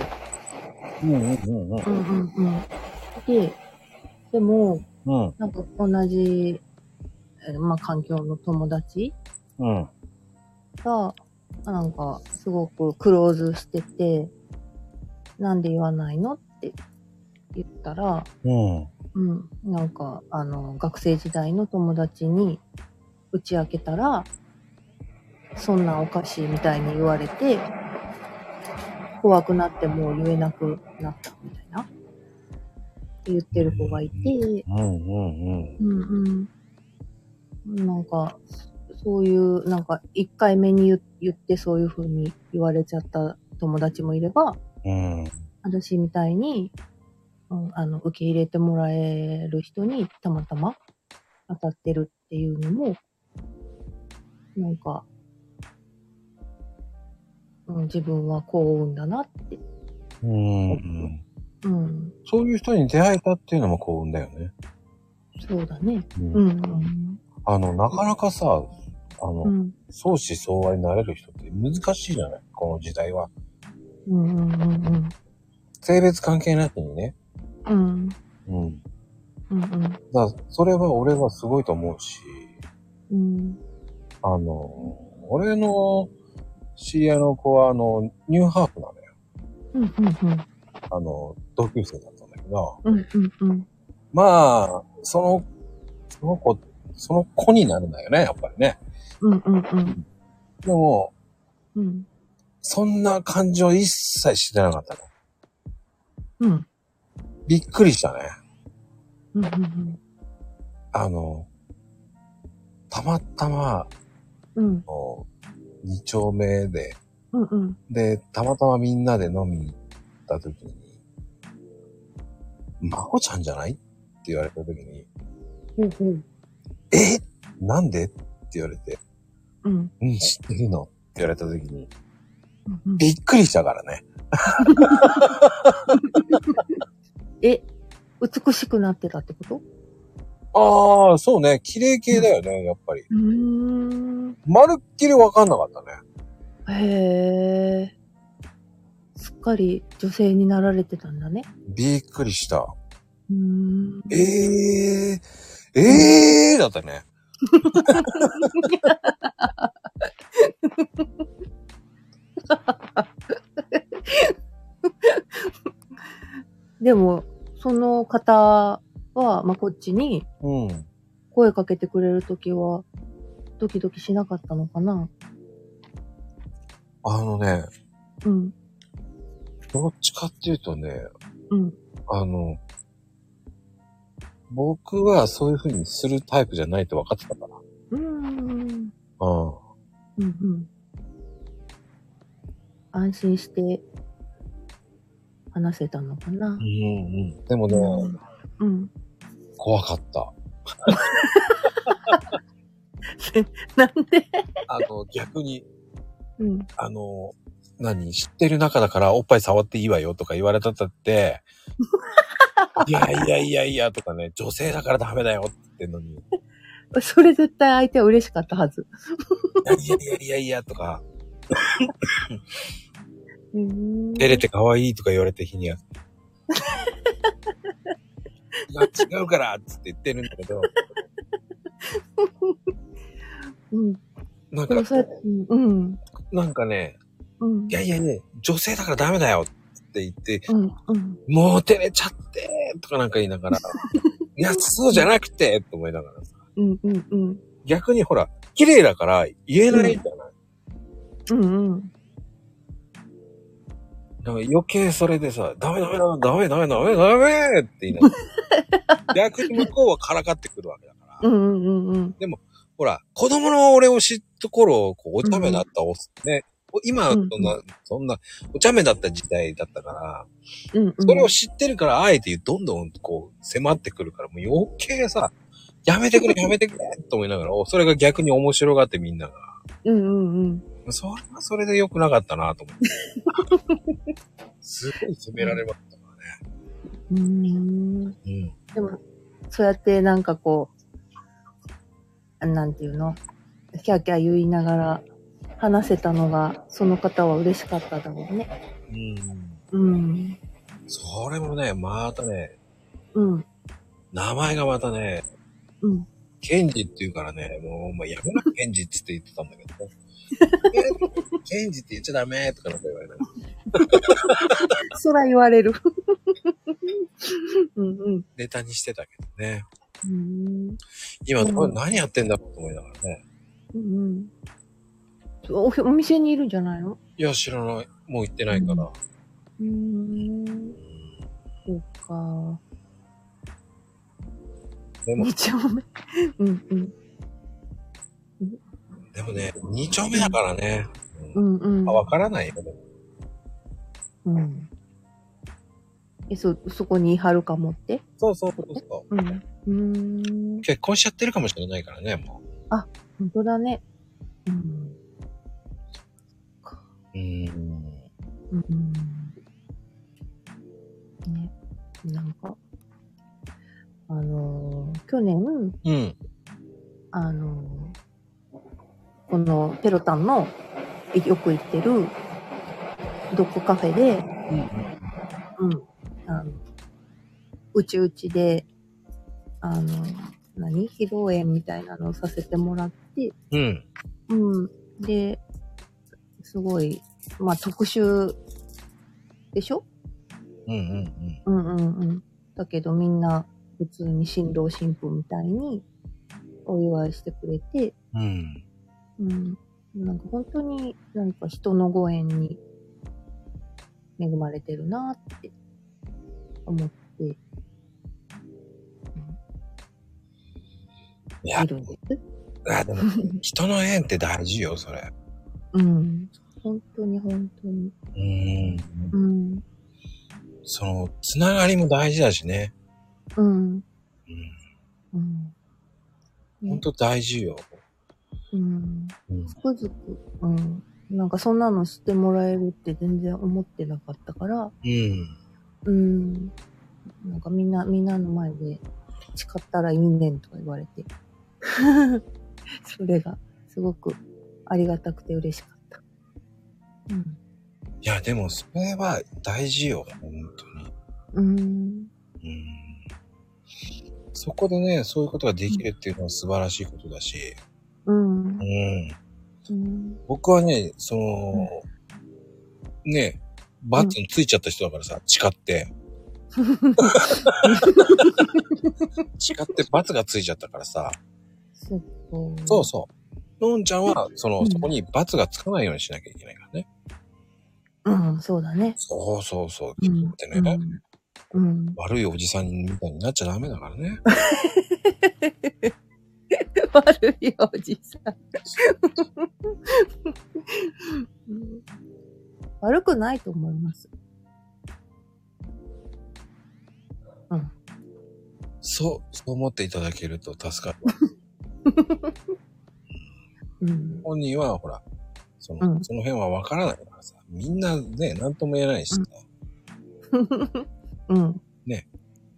Speaker 1: うんうんうんうん。
Speaker 2: うんうんうん。で、でも、
Speaker 1: うん
Speaker 2: なんか同じ、えーまあ、環境の友達
Speaker 1: うん。
Speaker 2: が、なんか、すごくクローズしてて、なんで言わないのって言ったら、
Speaker 1: うん。
Speaker 2: うん、なんか、あの、学生時代の友達に打ち明けたら、そんなんおかしいみたいに言われて、怖くなってもう言えなくなったみたいな、って言ってる子がいて、
Speaker 1: うんうんうん。
Speaker 2: うんうん。なんか、そういう、なんか、一回目に言言ってそういう風に言われちゃった友達もいれば、
Speaker 1: うん。
Speaker 2: 私みたいに、うん、あの、受け入れてもらえる人にたまたま当たってるっていうのも、なんか、うん、自分は幸運だなって。
Speaker 1: うんうん。
Speaker 2: うん、
Speaker 1: そういう人に出会えたっていうのも幸運だよね。
Speaker 2: そうだね。
Speaker 1: うん
Speaker 2: うん、うん、
Speaker 1: あの、なかなかさ、あの、
Speaker 2: うん、
Speaker 1: 相思相愛になれる人って難しいじゃないこの時代は。
Speaker 2: うん、うん、うん、
Speaker 1: 性別関係なくにね。
Speaker 2: うん、
Speaker 1: うん。だ
Speaker 2: うん、うん、
Speaker 1: からそれは俺はすごいと思うし、
Speaker 2: うん、
Speaker 1: あの、俺の知り合いの子は、あの、ニューハーフなのよ。
Speaker 2: うん、うん、
Speaker 1: あの、同級生だったんだけど、
Speaker 2: うん、うん、
Speaker 1: まあ、その、その子、その子になるんだよね、やっぱりね。
Speaker 2: うん、うん、うん、
Speaker 1: でも、
Speaker 2: うん、
Speaker 1: そんな感情一切してなかったね。
Speaker 2: うん、
Speaker 1: びっくりしたね。
Speaker 2: うん、
Speaker 1: あの、たまたま、
Speaker 2: うん、
Speaker 1: あの二丁目で、
Speaker 2: うん、うん、
Speaker 1: で、たまたまみんなで飲みに行った時に、まこちゃんじゃないって言われた時に、
Speaker 2: ほうほう、
Speaker 1: えなんでって言われて、
Speaker 2: うん、
Speaker 1: うん、知ってるのって言われた時に、
Speaker 2: うん、
Speaker 1: びっくりしたからね。
Speaker 2: え、美しくなってたってこと
Speaker 1: ああ、そうね。綺麗系だよね、やっぱり。
Speaker 2: うーん。
Speaker 1: まるっきりわかんなかったね。
Speaker 2: へえ。すっかり女性になられてたんだね。
Speaker 1: びっくりした。
Speaker 2: うーん。
Speaker 1: ええー、ええー、だったね。
Speaker 2: でも、その方は、まあ、こっちに
Speaker 1: うん。
Speaker 2: 声かけてくれるときは、ドキドキしなかったのかな
Speaker 1: あのね、
Speaker 2: うん。
Speaker 1: どっちかっていうとね、
Speaker 2: うん。
Speaker 1: あの、僕はそういう風にするタイプじゃないって分かってたから。
Speaker 2: うーん。
Speaker 1: うん。
Speaker 2: うんうん。安心して話せたのかな
Speaker 1: うんうん。でもね、
Speaker 2: うん。
Speaker 1: 怖かった。
Speaker 2: なんで
Speaker 1: あの、逆に、
Speaker 2: うん。
Speaker 1: あの、何知ってる中だからおっぱい触っていいわよとか言われたった って、いやいやいやいやとかね、女性だからダメだよって言ってんのに、い
Speaker 2: それ絶対相手は嬉しかったはず。
Speaker 1: やいやいやいやいやとか、
Speaker 2: うん
Speaker 1: 照れて可愛いとか言われた日に は、いや違うからっつって言ってるんだけど、
Speaker 2: うん。
Speaker 1: なん
Speaker 2: でも
Speaker 1: か、
Speaker 2: そうやって、うん。
Speaker 1: なんかね、
Speaker 2: うん。
Speaker 1: いやいやいや、女性だからダメだよって言って、
Speaker 2: うん。うん。
Speaker 1: もう照れちゃってとかなんか言いなが ら、いや、そうじゃなくてと思いながらさ、
Speaker 2: うん。うん。うん。
Speaker 1: 逆にほら、綺麗だから言えないじゃない、
Speaker 2: うん。うん。
Speaker 1: だから余計それでさ、ダメダメダメダメダメダメダメって言いながら、逆に向こうはからかってくるわけだから、
Speaker 2: うん。うん。うん。
Speaker 1: ほら、子供の俺を知った頃、こうお茶目だったおっ、ね、今、そんな、そんな、お茶目だった時代だったから、
Speaker 2: うん。
Speaker 1: それを知ってるから、あえてどんどんこう迫ってくるから、もう余計さ、やめてくれ、やめてくれと思いながら、おそれが逆に面白がってみんなが。
Speaker 2: うん。うん。うん。
Speaker 1: それはそれで良くなかったなと思って。 すごい責められましたか
Speaker 2: うん。
Speaker 1: らね。
Speaker 2: でも、そうやってなんかこう、なんていうのキャーキャー言いながら、話せたのが、その方は嬉しかっただろうね。
Speaker 1: うん。
Speaker 2: うん。
Speaker 1: それもね、またね、
Speaker 2: うん。
Speaker 1: 名前がまたね、
Speaker 2: うん。
Speaker 1: ケンジって言うからね、もう、お前やめろ、ケンジっつって言ってたんだけどね。 えケンジって言っちゃダメとかなんか言われない。
Speaker 2: そら言われる。うんうん。
Speaker 1: ネタにしてたけどね。
Speaker 2: うん
Speaker 1: 今、何やってんだろうと思いながらね。
Speaker 2: うんおお店にいるんじゃないの
Speaker 1: いや、知らない。もう行ってないから。
Speaker 2: うーん。そうか。
Speaker 1: でも
Speaker 2: 二丁目。 うんうん。
Speaker 1: でもね、2丁目だからね。
Speaker 2: う
Speaker 1: うん
Speaker 2: んうん
Speaker 1: あ、。わからないよ。でも
Speaker 2: うん。え、そ、そこにいはるかもって
Speaker 1: そうそうそうそ
Speaker 2: うん。うーん
Speaker 1: う。。結婚しちゃってるかもしれないからね、も
Speaker 2: 本当だね。うん。
Speaker 1: う。うん。
Speaker 2: うん。ね。なんか、あのー去年、
Speaker 1: うん。
Speaker 2: あのーこのペロタンのいよく行ってるドッグカフェで、うん。あの、うちうちで、あの、何披露宴みたいなのをさせてもらって、
Speaker 1: うん。
Speaker 2: うん。で、すごい、まあ特集でしょ
Speaker 1: うんうんうん。
Speaker 2: うんうんうん。だけどみんな普通に新郎新婦みたいにお祝いしてくれて、
Speaker 1: うん。
Speaker 2: うん。なんか本当になんか人のご縁に恵まれてるなって思ってい
Speaker 1: いや、
Speaker 2: るんです。
Speaker 1: あでも、人の縁って大事よ、それ。
Speaker 2: うん。本当に本当に。
Speaker 1: うん。
Speaker 2: うん。
Speaker 1: その、つながりも大事だしね。
Speaker 2: うん。
Speaker 1: うん。
Speaker 2: うん。
Speaker 1: ほんと大事よ。
Speaker 2: うん。
Speaker 1: うん
Speaker 2: つ。くづく、うん。なんかそんなの知ってもらえるって全然思ってなかったから、
Speaker 1: うん。
Speaker 2: うん。なんかみんな、みんなの前で誓ったらいいねんとか言われて。それがすごくありがたくて嬉しかった。うん。
Speaker 1: いや、でも、それは大事よ、ほんとに。
Speaker 2: うん。
Speaker 1: うん。そこでね、そういうことができるっていうのは素晴らしいことだし。
Speaker 2: うん
Speaker 1: う。ん。
Speaker 2: うん。
Speaker 1: 僕はね、その、ね、バッツについちゃった人だからさ、誓って。誓ってバツがついちゃったからさ。
Speaker 2: そっか。
Speaker 1: そうそう。のんちゃんは、その、
Speaker 2: うん
Speaker 1: そこにバツがつかないようにしなきゃいけないからね。
Speaker 2: うん、そうだね。
Speaker 1: そうそうそう。
Speaker 2: う
Speaker 1: 切
Speaker 2: ん
Speaker 1: ってね、
Speaker 2: うん。うん。
Speaker 1: 悪いおじさんみたいになっちゃダメだからね。
Speaker 2: 悪いおじさん。 うん悪くないと思います。
Speaker 1: そう、そう思っていただけると助かる。
Speaker 2: うん。
Speaker 1: 本人は、ほら、その、
Speaker 2: うん
Speaker 1: その辺はわからないからさ。みんなね、なんとも言えないしさ。
Speaker 2: うん。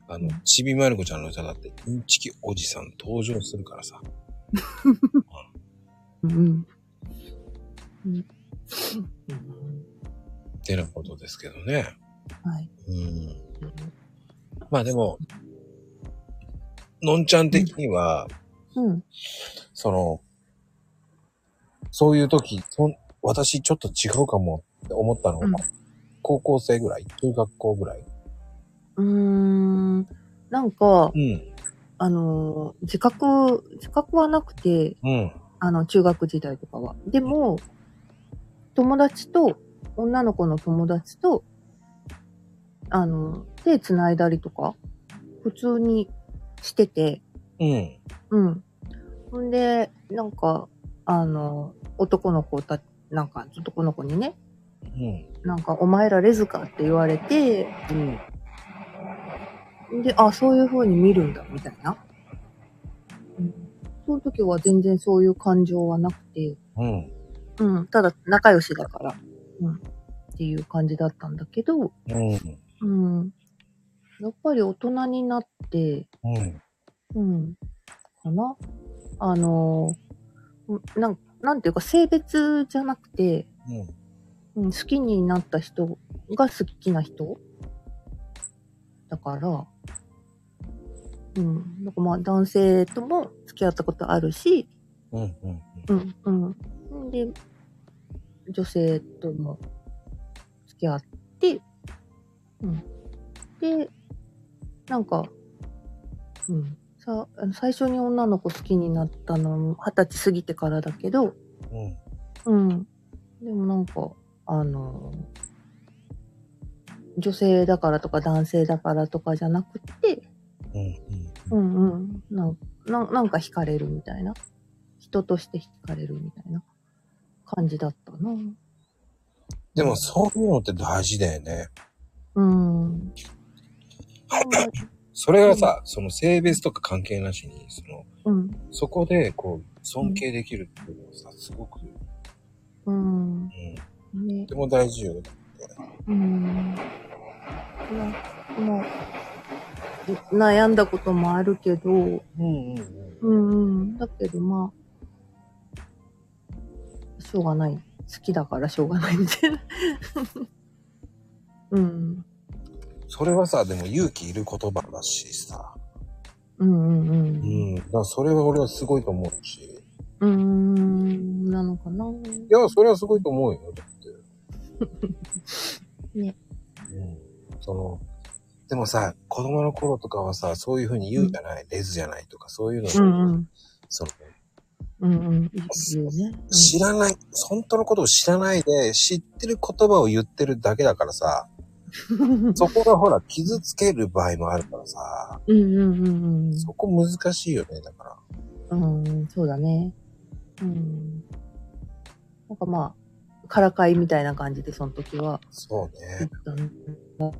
Speaker 1: あの、ちびまる子ちゃんの歌だって、インチキおじさん登場するからさ。
Speaker 2: うん。うん。
Speaker 1: ってなことですけどね。
Speaker 2: はい。
Speaker 1: うん。まあでも、のんちゃん的には、
Speaker 2: うん。
Speaker 1: その、そういう時、そん私ちょっと違うかもって思ったのが、
Speaker 2: うん
Speaker 1: 高校生ぐらい中学校ぐらい。
Speaker 2: うーん。なんか
Speaker 1: う、ん。
Speaker 2: あのー自覚、自覚はなくて、
Speaker 1: うん。
Speaker 2: あの、中学時代とかは。でも、友達と、女の子の友達と、あの、手繋いだりとか、普通にしてて、
Speaker 1: うん。
Speaker 2: うん。ほんで、なんか、あの、男の子た、なんか、男の子にね、
Speaker 1: うん。
Speaker 2: なんか、お前らレズかって言われて、
Speaker 1: うん。
Speaker 2: で、あ、そういう風に見るんだ、みたいな。うん。その時は全然そういう感情はなくて、
Speaker 1: うん。
Speaker 2: うん、ただ仲良しだから、うん、っていう感じだったんだけど、
Speaker 1: うん。
Speaker 2: うん、やっぱり大人になって、
Speaker 1: うん。
Speaker 2: うん、かなあのー、んなんなんていうか性別じゃなくて、
Speaker 1: うん。
Speaker 2: うん、好きになった人が好きな人だから、うん。なんかまあ男性とも付き合ったことあるし、
Speaker 1: うん。うん。
Speaker 2: うん、うん。で、女性とも付き合って、うん。で、なんか、うん。さ、あの最初に女の子好きになったのも二十歳過ぎてからだけど、
Speaker 1: うん。
Speaker 2: うん。でもなんか、あの、女性だからとか男性だからとかじゃなくて、
Speaker 1: うん。うん。
Speaker 2: うんうん。なんななんか惹かれるみたいな。人として惹かれるみたいな感じだったな。
Speaker 1: でも、そういうのって大事だよね。
Speaker 2: うん。
Speaker 1: それがさ、その性別とか関係なしに、その、
Speaker 2: うん。
Speaker 1: そこで、こう、尊敬できるっていうのはさ、すごく、う
Speaker 2: うん。
Speaker 1: ん、と
Speaker 2: ね。
Speaker 1: ても大事よね。
Speaker 2: うん。なんかまあ、悩んだこともあるけど、
Speaker 1: うんうんうん。
Speaker 2: うんうん。だけどまあ、しょうがない。好きだからしょうがないみたいな。 うん。
Speaker 1: それはさ、でも勇気いる言葉だしさ、
Speaker 2: うんうんう。
Speaker 1: うんん、だからそれは俺はすごいと思うし、いう
Speaker 2: ーん、なのかな。
Speaker 1: や、それはすごいと思うよ、だって。
Speaker 2: ね。
Speaker 1: うん。その、でもさ、子供の頃とかはさ、そういうふうに言うじゃない、レズじゃないとか、そういうの、
Speaker 2: うんうん。
Speaker 1: その、
Speaker 2: うんうん。いいよね。
Speaker 1: 知らない、本当のことを知らないで、知ってる言葉を言ってるだけだから さ、
Speaker 2: うん、
Speaker 1: そこがほら、傷つける場合もあるからさ、
Speaker 2: うんうんうん
Speaker 1: そこ難しいよね、だから。
Speaker 2: うん。うん、そうだね。うん。なんかまあ、からかいみたいな感じで、その時は。
Speaker 1: そうね。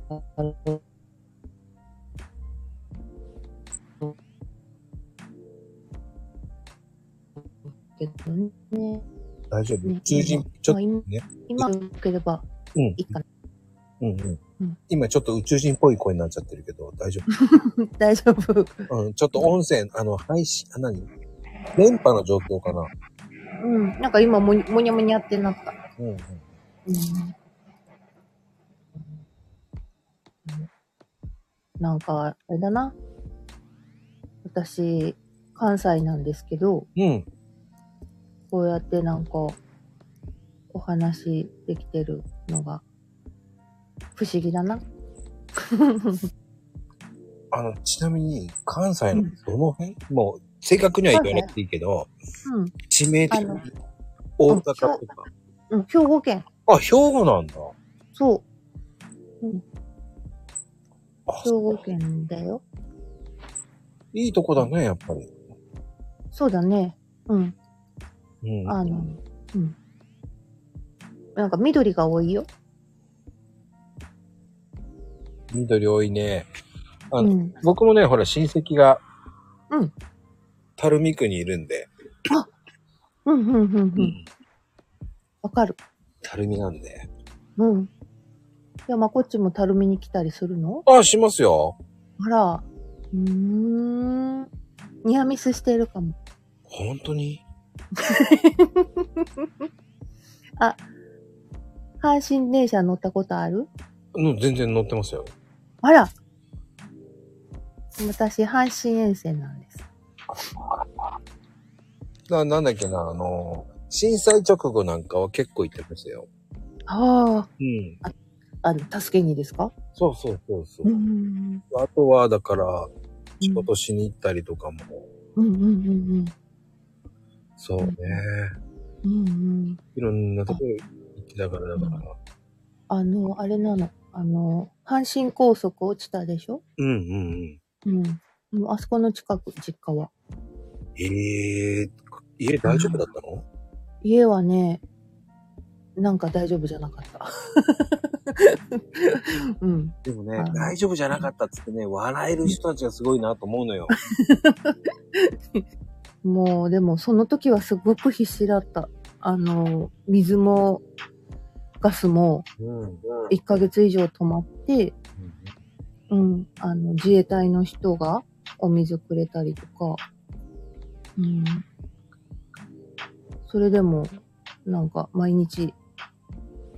Speaker 2: けどね。
Speaker 1: 大丈夫
Speaker 2: ね。
Speaker 1: 中人、ちょっ
Speaker 2: まあ
Speaker 1: と、
Speaker 2: 今
Speaker 1: ね
Speaker 2: 今よければ
Speaker 1: うん
Speaker 2: いいかな。
Speaker 1: うんうん
Speaker 2: うん
Speaker 1: 今ちょっと宇宙人っぽい声になっちゃってるけど、大丈
Speaker 2: 大丈夫。
Speaker 1: 夫。うん、ちょっと音声、あの、配信、あ、何電波の状況かな。
Speaker 2: うん。なんか今もに、もにゃもにゃってなった。
Speaker 1: うん、うん。
Speaker 2: うんなんか、あれだな。私、関西なんですけど、
Speaker 1: うん。
Speaker 2: こうやってなんか、お話できてるのが、不思議だな。
Speaker 1: あの、ちなみに、関西のどの辺、もう、正確には言わなくていいけど、
Speaker 2: うん。
Speaker 1: 地名的
Speaker 2: あの
Speaker 1: に大阪とか。
Speaker 2: うん、兵庫県。
Speaker 1: あ、兵庫なんだ。
Speaker 2: そう。
Speaker 1: あ
Speaker 2: 兵、庫県だよ。
Speaker 1: いいとこだね、やっぱり。
Speaker 2: そうだね。うん。
Speaker 1: うん。
Speaker 2: あの、うん。なんか緑が多いよ。
Speaker 1: 緑多いね。あ
Speaker 2: う
Speaker 1: の
Speaker 2: ん。
Speaker 1: 僕もね、ほら、親戚が、
Speaker 2: うん。
Speaker 1: 垂水区にいるんで、
Speaker 2: うん、うん、うん、うん。わかる。
Speaker 1: 垂水なんで。
Speaker 2: うん。いや、まあ、こっちもたるみに来たりするの
Speaker 1: あ、しますよ。
Speaker 2: あら。うーん。ニアミスしてるかも。
Speaker 1: 本当に
Speaker 2: 阪神電車乗ったことある
Speaker 1: うん、全然乗ってますよ。
Speaker 2: あら。私、阪神沿線なんです。
Speaker 1: な、なんだっけな、あのー、震災直後なんかは結構行ってましたよ。
Speaker 2: ああ。
Speaker 1: うん。
Speaker 2: あの、助けにですか
Speaker 1: そうそうそうそうう。
Speaker 2: ん。
Speaker 1: あとは、だから、仕
Speaker 2: うん
Speaker 1: 事しに行ったりとかも、
Speaker 2: うんうんうん
Speaker 1: そうね。
Speaker 2: うん。うんうん。
Speaker 1: いろんなところ行ってたから、だから。
Speaker 2: あの、あれなの。あの、阪神高速落ちたでしょ
Speaker 1: うんうんうん。
Speaker 2: うん。でもあそこの近く、実家は。
Speaker 1: ええー、家大丈夫だったの
Speaker 2: 家はね、なんか大丈夫じゃなかった。 うん。
Speaker 1: でも
Speaker 2: あ
Speaker 1: ね
Speaker 2: の
Speaker 1: 大丈夫じゃなかったっつってね、笑える人たちがすごいなと思うのよ。
Speaker 2: もう、でもその時はすごく必死だった。あの、水も、ガスも、
Speaker 1: うん。うん。
Speaker 2: 1ヶ月以上止まって、うん。あの、自衛隊の人がお水くれたりとか、うん。それでも、なんか毎日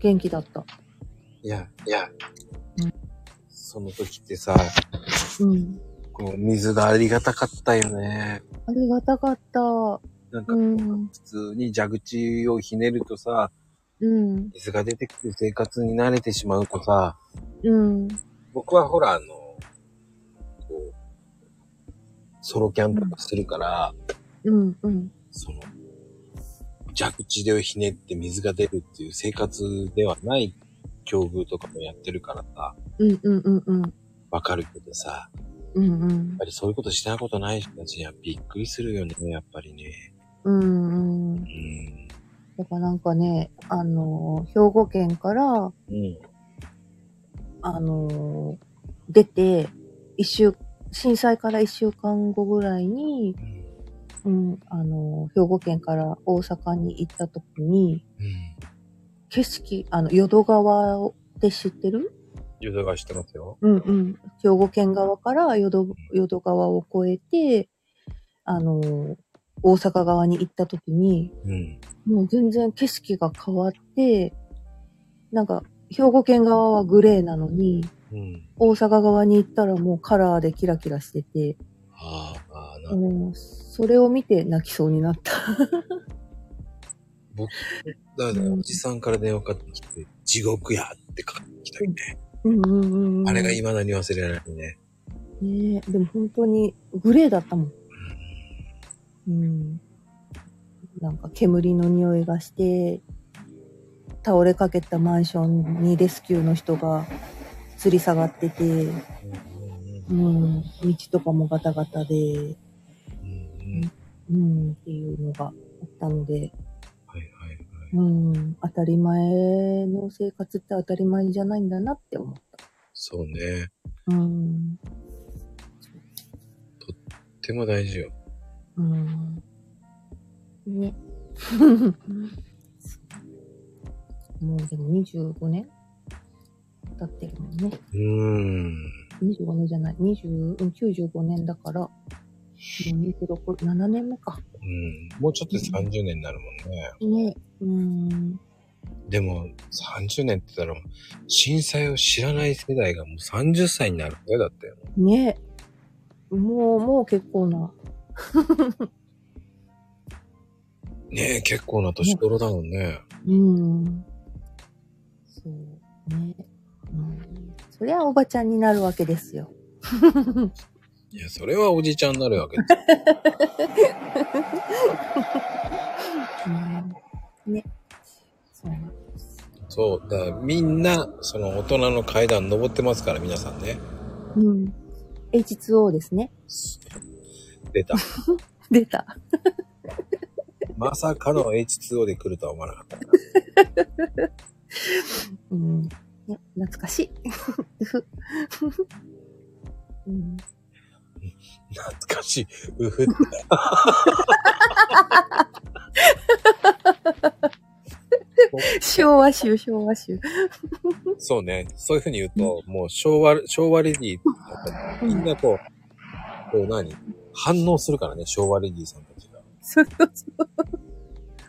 Speaker 2: 元気だった。
Speaker 1: いや、いや
Speaker 2: うん。
Speaker 1: その時ってさ、
Speaker 2: うん。
Speaker 1: この水がありがたかったよね。
Speaker 2: ありがたかった。う
Speaker 1: なんか
Speaker 2: ん。
Speaker 1: 普通に蛇口をひねるとさ、
Speaker 2: うん。
Speaker 1: 水が出てくる生活に慣れてしまうとさ、
Speaker 2: うん。
Speaker 1: 僕はほら、あの、こう、ソロキャンプとかするから、
Speaker 2: うん。うん。
Speaker 1: その、蛇口でひねって水が出るっていう生活ではない境遇とかもやってるからさ、
Speaker 2: うん。うん。うん。うん。
Speaker 1: わかるけどさ、
Speaker 2: うん。うん
Speaker 1: やっぱりそういうことしたことない人たちにはびっくりするよね、やっぱりね。
Speaker 2: うん。うん
Speaker 1: う。ん。
Speaker 2: だからなんかね、あのー、兵庫県から、
Speaker 1: うん。
Speaker 2: あのー、出て、一週、震災から一週間後ぐらいに、うん、あのー、兵庫県から大阪に行った時に、
Speaker 1: うん。
Speaker 2: 景色、あの、淀川を、って知ってる
Speaker 1: ヨドがしてますよ。
Speaker 2: うんうん。兵庫県側から淀淀川を越えて、あのー、大阪側に行った時に、
Speaker 1: うん。
Speaker 2: もう全然景色が変わって、なんか、兵庫県側はグレーなのに、
Speaker 1: うん。
Speaker 2: 大阪側に行ったらもうカラーでキラキラしてて、
Speaker 1: あーあー、な、
Speaker 2: もう、それを見て泣きそうになった。
Speaker 1: 僕、だからおじさんから電話かかってきて、地獄やってかかってきたよね。
Speaker 2: うんうんうんうん。
Speaker 1: あれが未だに忘れられないね。
Speaker 2: ねえ、でも本当にグレーだったもん。うん。なんか煙の匂いがして、倒れかけたマンションにレスキューの人が吊り下がってて、うん、道とかもガタガタで、
Speaker 1: うんうん
Speaker 2: うん、っていうのがあったので、
Speaker 1: はいはいはい。
Speaker 2: うん、当たり前の生活って当たり前じゃないんだなって思った。
Speaker 1: そうね。
Speaker 2: うん、
Speaker 1: とっても大事よ。
Speaker 2: うん。ね。 もうでも25年経ってるもんね。
Speaker 1: うーん。
Speaker 2: 25年じゃない。20、うん95年だから、もう26、7年目か。
Speaker 1: うん。もうちょっとで30年になるもんね。
Speaker 2: ね。うん。
Speaker 1: でも、30年って言ったら、震災を知らない世代がもう30歳になるんだよ、だって。
Speaker 2: ね。もう、もう結構な。
Speaker 1: ねえ、結構な年頃だもんね。
Speaker 2: うん。そうね。うん。そりゃおばちゃんになるわけですよ。
Speaker 1: いや、それはおじちゃんになるわけですよ。
Speaker 2: うん。ね。そうなんです。
Speaker 1: そう。だからみんな、その大人の階段登ってますから、皆さんね。
Speaker 2: うん。H2O ですね。
Speaker 1: 出た。
Speaker 2: 出た。
Speaker 1: まさかの H2O で来るとは思わなかった。
Speaker 2: うん。ね、懐かしい。 うふうん、
Speaker 1: 懐かしい。うふって。
Speaker 2: 昭和集、昭和集。
Speaker 1: そうね。そういうふうに言うと、もう昭和、昭和レディーだとみんなこう、こう何反応するからね、昭和レディーさんたちが。
Speaker 2: そうそうそ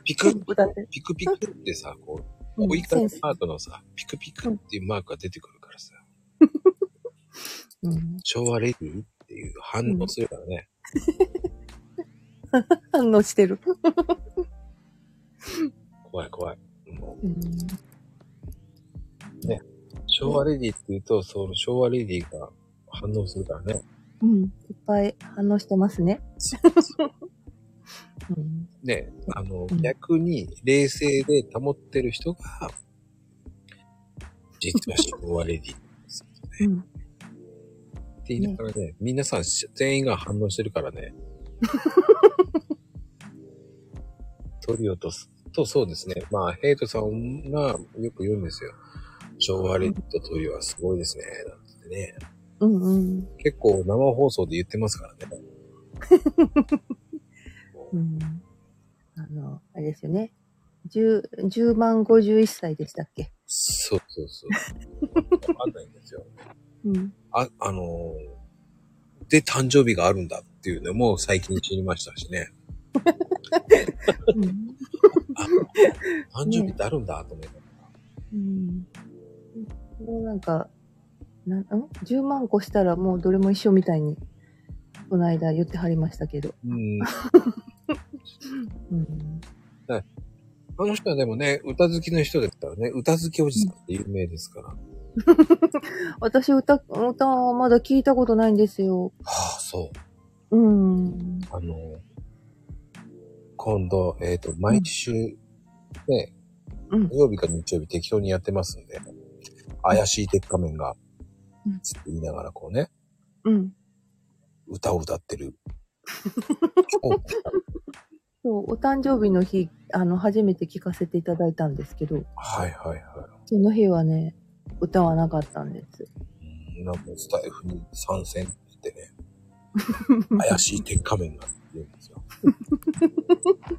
Speaker 1: ピク
Speaker 2: う。だって、
Speaker 1: ピクピクってさ、こ
Speaker 2: う
Speaker 1: う、
Speaker 2: ん
Speaker 1: 追いか
Speaker 2: セ
Speaker 1: け
Speaker 2: ンス
Speaker 1: パートのさ、ピクピクっていうマークが出てくるからさ、
Speaker 2: うん、
Speaker 1: 昭和レディーっていう反応するからね。
Speaker 2: 反応してる。
Speaker 1: 怖い怖い。も
Speaker 2: うん、
Speaker 1: う、昭和レディーって言うと、その昭和レディーが反応するからね。
Speaker 2: うん。いっぱい反応してま すね。うん、
Speaker 1: で、あの
Speaker 2: う、ん
Speaker 1: 逆に冷静で保ってる人が、実は昭和レディー
Speaker 2: うん、
Speaker 1: って言いながらね、皆さんし全員が反応してるから ね。トリオとす、とそうですね。まあ、ヘイトさんがよく言うんですよ。昭和レッドトリオはすごいですね。なんつってね。
Speaker 2: うん、うん
Speaker 1: 結構生放送で言ってますからね。
Speaker 2: うん。あの、あれですよね。10、10万51歳でしたっけ
Speaker 1: そうそうそう。わかんないんですよ。
Speaker 2: うん。
Speaker 1: あ、あのーで、誕生日があるんだっていうのも最近知りましたしね。
Speaker 2: うん
Speaker 1: 誕生日ってあるんだと思って。
Speaker 2: うんもうなんか、な、ん ?10 万個したらもうどれも一緒みたいに、この間言ってはりましたけど。
Speaker 1: うん。
Speaker 2: うん。
Speaker 1: あの人はでもね、歌好きの人ですからね、歌好きおじさんって有名ですから。
Speaker 2: 私歌、歌はまだ聞いたことないんですよ。
Speaker 1: はあ、そう。
Speaker 2: うん。
Speaker 1: あの、今度、えっ、と、毎週、ね、
Speaker 2: うん
Speaker 1: 土曜日か日曜日適当にやってますんで、怪しい鉄仮面が
Speaker 2: うん、
Speaker 1: つって言いながらこうね、
Speaker 2: うん。
Speaker 1: 歌を歌って る。
Speaker 2: そう、お誕生日の日、あの、初めて聞かせていただいたんですけど、
Speaker 1: はいはいはい。
Speaker 2: その日はね、歌はなかったんです。
Speaker 1: うんなんかスタイフに参戦ってね、 怪しい鉄仮面が言うんで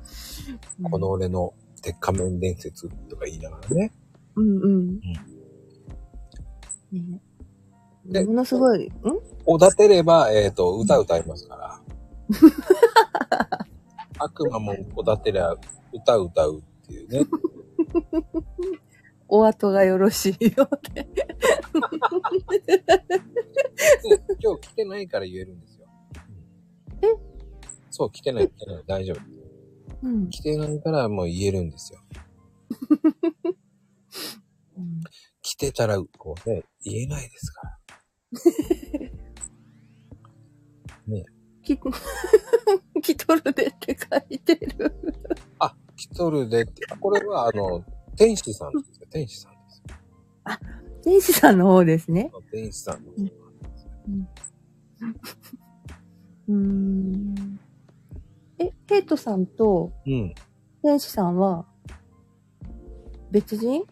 Speaker 1: すよ。この俺の鉄仮面伝説とか言いながらね。
Speaker 2: うんうん。ね
Speaker 1: で
Speaker 2: ものすごい、ん
Speaker 1: おだてれば、えっ、と、歌歌います から。悪魔もおだてりゃ歌歌うっていう ね。
Speaker 2: お後がよろしいよって。
Speaker 1: 今日来てないから言えるんですよ。
Speaker 2: え
Speaker 1: そう、来てない、来てない、大丈夫。
Speaker 2: うん。
Speaker 1: 来てないからもう言えるんですよ。来てたら、こうね、言えないですから。
Speaker 2: き、 きとるでって書いてる。
Speaker 1: あ、来とるでって、これはあの、天使さんですよ、天使さんですよ。
Speaker 2: 天使さんの方ですね。
Speaker 1: 天使さんの
Speaker 2: んうーん。え、ヘイトさんと
Speaker 1: うん。
Speaker 2: 天使さんは、別人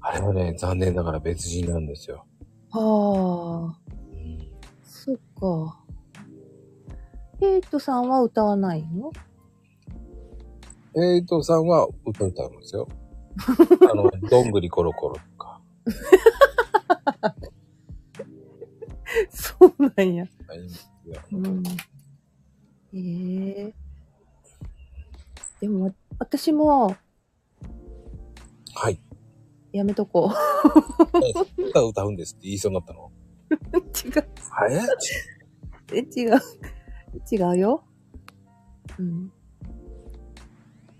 Speaker 1: あれはね、残念ながら別人なんですよ。
Speaker 2: はあ、
Speaker 1: うん
Speaker 2: そっか。ヘイトさんは歌わないの
Speaker 1: えイトさんは歌歌うん ですよ。あの、どんぐりコロコロとか。
Speaker 2: そうなんや。
Speaker 1: いいんですよ
Speaker 2: うん。ええでも、私も、
Speaker 1: はい。
Speaker 2: やめとこ
Speaker 1: 歌歌うんですって言いそうになったの。
Speaker 2: う。 違う。
Speaker 1: はい。
Speaker 2: え、違う。違うよ。うん。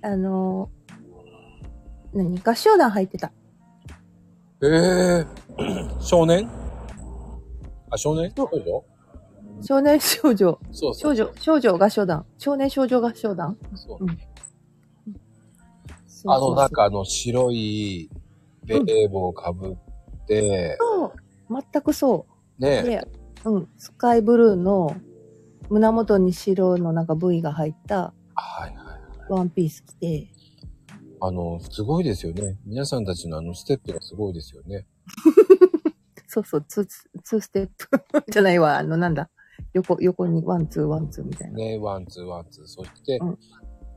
Speaker 2: あのー、何合唱団入ってた。
Speaker 1: ええー。少年あ、少年少女
Speaker 2: 少年少女。
Speaker 1: そうそ
Speaker 2: 少
Speaker 1: う。
Speaker 2: 女、少女合唱団。少年少女合唱団。
Speaker 1: そう
Speaker 2: うんそう
Speaker 1: あ
Speaker 2: そうそ
Speaker 1: の、
Speaker 2: う
Speaker 1: なんかあの、白いベレー帽をかぶって、
Speaker 2: そう。全くそ
Speaker 1: ね
Speaker 2: う。で、うん。スカイブルーの胸元に白のなんか部位が入った
Speaker 1: はいはい。
Speaker 2: ワンピース着て、
Speaker 1: あの、すごいですよね。皆さんたちのあのステップがすごいですよね。
Speaker 2: そうそう、ツー、ツーステップ じゃないわ、あの、なんだ。横、横にワン、ツー、ワン、ツーみたいな。
Speaker 1: ね、ワン、ツー、ワン、ツー。そして、
Speaker 2: うん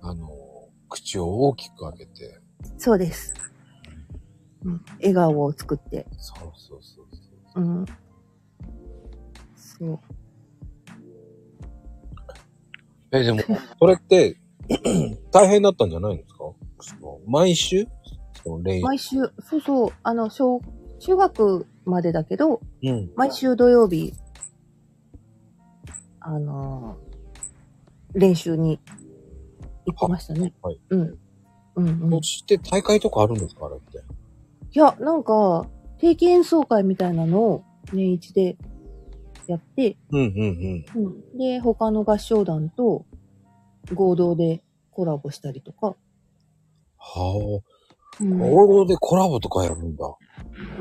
Speaker 1: あの、口を大きく開けて、
Speaker 2: そうです。うん。笑顔を作って。
Speaker 1: そうそうそうそう。
Speaker 2: うん。そう。
Speaker 1: え、でも、それって、 大変だったんじゃないんですかその毎週その練習。
Speaker 2: 毎週、そうそう、あの、小、中学までだけど、
Speaker 1: うん。
Speaker 2: 毎週土曜日、あのー練習に行ってましたね。
Speaker 1: はい。
Speaker 2: うん。うん、うん。
Speaker 1: そ
Speaker 2: い
Speaker 1: して大会とかあるんですかあれって。
Speaker 2: や、なんか、定期演奏会みたいなのを年一でやって、
Speaker 1: うんうんうん。
Speaker 2: うん、で、他の合唱団と合同でコラボしたりとか。
Speaker 1: は
Speaker 2: う
Speaker 1: あ、
Speaker 2: ん
Speaker 1: 合同でコラボとかやるんだ。は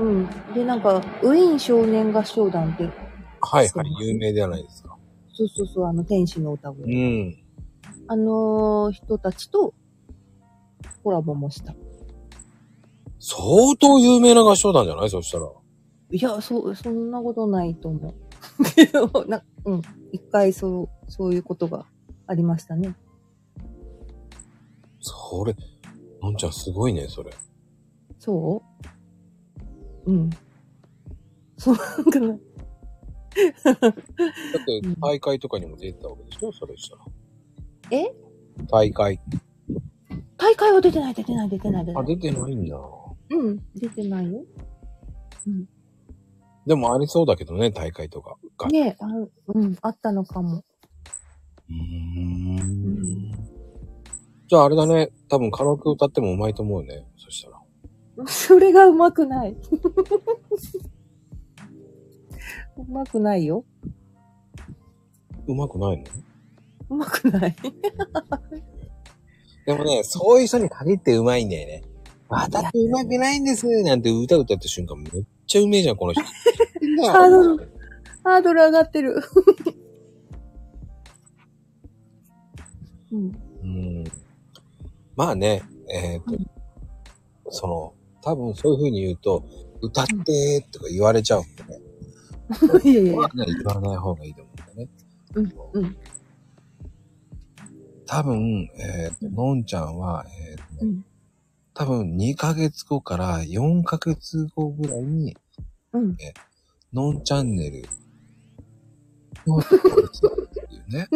Speaker 2: うん。で、なんか、ウィーン少年合唱団って、
Speaker 1: い
Speaker 2: そ
Speaker 1: は
Speaker 2: う
Speaker 1: い、有名じゃないですか。
Speaker 2: そうそうそう、あの、天使の歌
Speaker 1: う
Speaker 2: 声。
Speaker 1: ん。
Speaker 2: あのー人たちとコラボもした。
Speaker 1: 相当有名な合唱団じゃないそしたら。
Speaker 2: いや、そう、そんなことないと思う。 けど、な、うん。一回、そう、そういうことがありましたね。
Speaker 1: それ、のんちゃんすごいね、それ。
Speaker 2: そううん。そうなんかな。
Speaker 1: だって大会とかにも出てたわけでしょそれしたら。
Speaker 2: え
Speaker 5: 大会。
Speaker 2: 大会は出てない、出てない、出てない、出てな
Speaker 1: あ、
Speaker 2: い。
Speaker 1: 出てないんだ。
Speaker 2: うん、出てないよ。
Speaker 1: でもありそうだけどね、大会とか。が
Speaker 2: ねえ、あうん、あったのか も。
Speaker 1: うーん。じゃああれだね、多分カラオケ歌ってもうまいと思うね。そしたら。
Speaker 2: それがうまくない。うまくないよ。
Speaker 1: うまくないの
Speaker 2: うまくない。
Speaker 1: でもね、そういう人に限ってうまいんだよね。私うまくないんですなんて歌歌った瞬間めっちゃうめえじゃん、この 人。
Speaker 2: ハードル、ハードル上がってる。 うん、
Speaker 1: うん。まあね、えっ、と、その、多分そういう風に言うと、歌ってとか言われちゃうんでね。
Speaker 2: いやいやい や。
Speaker 1: 言わない方がいいと思うんだよね。
Speaker 2: うん、うん、
Speaker 1: 多分、えっ、と、のんちゃんは、えっ、とね、
Speaker 2: うん、
Speaker 1: 多分2ヶ月後から4ヶ月後ぐらいに、
Speaker 2: うん。
Speaker 1: のんチャンネルのチャンネルを作るっていうね。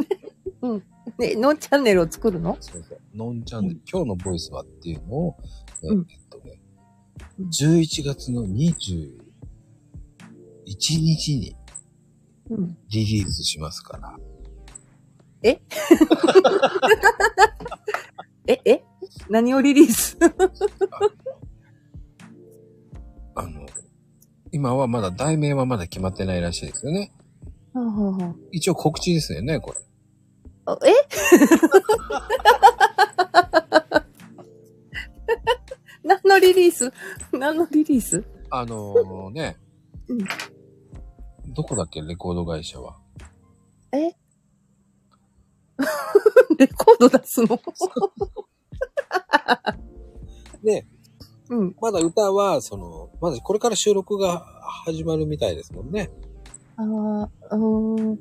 Speaker 2: ね、ノンチャンネルを作るの
Speaker 1: そうそう。のんチャンネル、
Speaker 2: う
Speaker 1: 今日のボイスはっていうのを、え
Speaker 2: うん
Speaker 1: えっとね、
Speaker 2: うん
Speaker 1: 11月の21日に
Speaker 2: うん。
Speaker 1: リリースしますから。
Speaker 2: え、え何をリリース
Speaker 1: あの、今はまだ、題名はまだ決まってないらしいですよね。
Speaker 2: はあはあは
Speaker 1: 一応告知ですよね、これ。
Speaker 2: あえ 何のリリース何のリリース
Speaker 1: あのね、どこだっけ、レコード会社は。
Speaker 2: レコード出すの
Speaker 1: で、
Speaker 2: うん。
Speaker 1: まだ歌は、その、まだこれから収録が始まるみたいですもんね。
Speaker 2: ああ、うーん。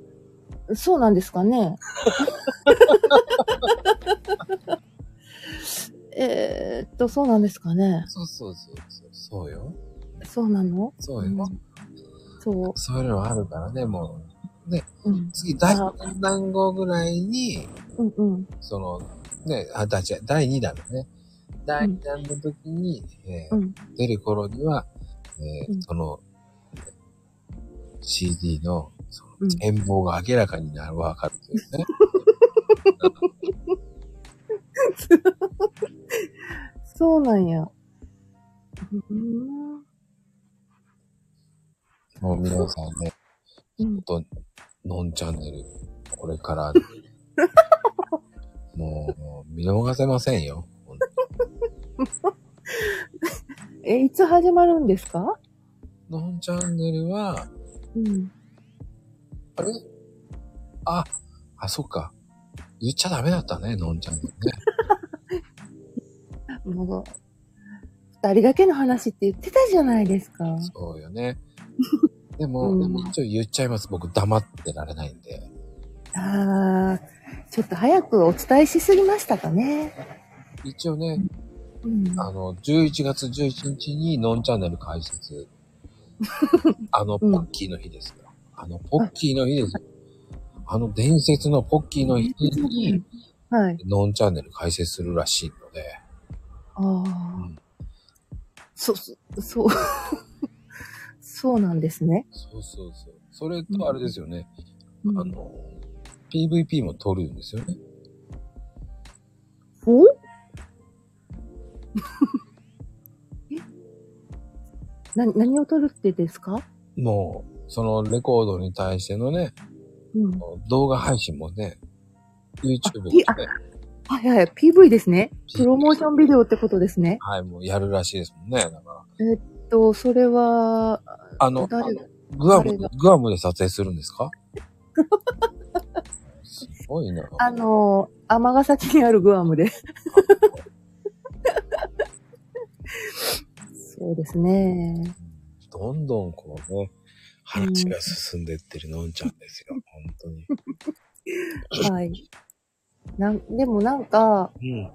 Speaker 2: そうなんですかね。 えーっと、そうなんですかね。
Speaker 1: そうそうそうそう。そうよ。
Speaker 2: そうなの
Speaker 1: そうよ。
Speaker 2: うんそ
Speaker 1: そういうのあるからね、も
Speaker 2: う。うん
Speaker 1: う、。次、第3弾号ぐらいに、
Speaker 2: うんうん。
Speaker 1: その、ね、あ、だ、違う、第2弾だね。第2弾の時に、えー
Speaker 2: うん
Speaker 1: 出る頃には、えー
Speaker 2: うん
Speaker 1: その、CD の、その
Speaker 2: うん、
Speaker 1: 展望が明らかになるわかるんですよね。
Speaker 2: そうなんや。うん。
Speaker 1: もう皆さん ね、
Speaker 2: うん
Speaker 1: と、のんチャンネル、これから、 もう、もう見逃せませんよ。ほんと
Speaker 2: え、いつ始まるんですか
Speaker 1: のんチャンネルは、
Speaker 2: うん。
Speaker 1: あれあ、あ、そっか。言っちゃダメだったね、のんチャンネルね。
Speaker 2: もう、二人だけの話って言ってたじゃないですか。
Speaker 1: そうよね。 でも、
Speaker 2: うん
Speaker 1: でも一応言っちゃいます。僕、黙ってられないんで。
Speaker 2: ああ、ちょっと早くお伝えしすぎましたかね。
Speaker 1: 一応ね、
Speaker 2: うん。
Speaker 1: あの、11月11日にのんチャンネル開 設。あの、ポ
Speaker 2: うん
Speaker 1: ッキーの日ですよ。あの、ポッキーの日ですよ。あの、伝説のポッキーの日に、
Speaker 2: はい。
Speaker 1: のんチャンネル開設するらしいので、
Speaker 2: ああ、そ、そ、そう。そうなんですね。
Speaker 1: そうそうそう。それとあれですよね、
Speaker 2: うん
Speaker 1: あの、PVP も撮るんですよね。
Speaker 2: おえな、何を撮るってですか
Speaker 1: もう、そのレコードに対してのね、
Speaker 2: うん。
Speaker 1: 動画配信もね、YouTube
Speaker 2: い
Speaker 1: で、ね、
Speaker 2: あはいはい、PV ですね。プロモーションビデオってことですね。
Speaker 1: はい、もうやるらしいですもんね。だか
Speaker 2: と、それは、
Speaker 1: ら、あの、
Speaker 2: 誰が
Speaker 1: グアム
Speaker 2: 誰が、
Speaker 1: グアムで撮影するんですかすごいな。
Speaker 2: あの、尼崎にあるグアムで。そうですね。
Speaker 1: どんどんこうね、話が進んでってるのんちゃんですよ。本当に。
Speaker 2: はい。なん、でもなんか、
Speaker 1: うん。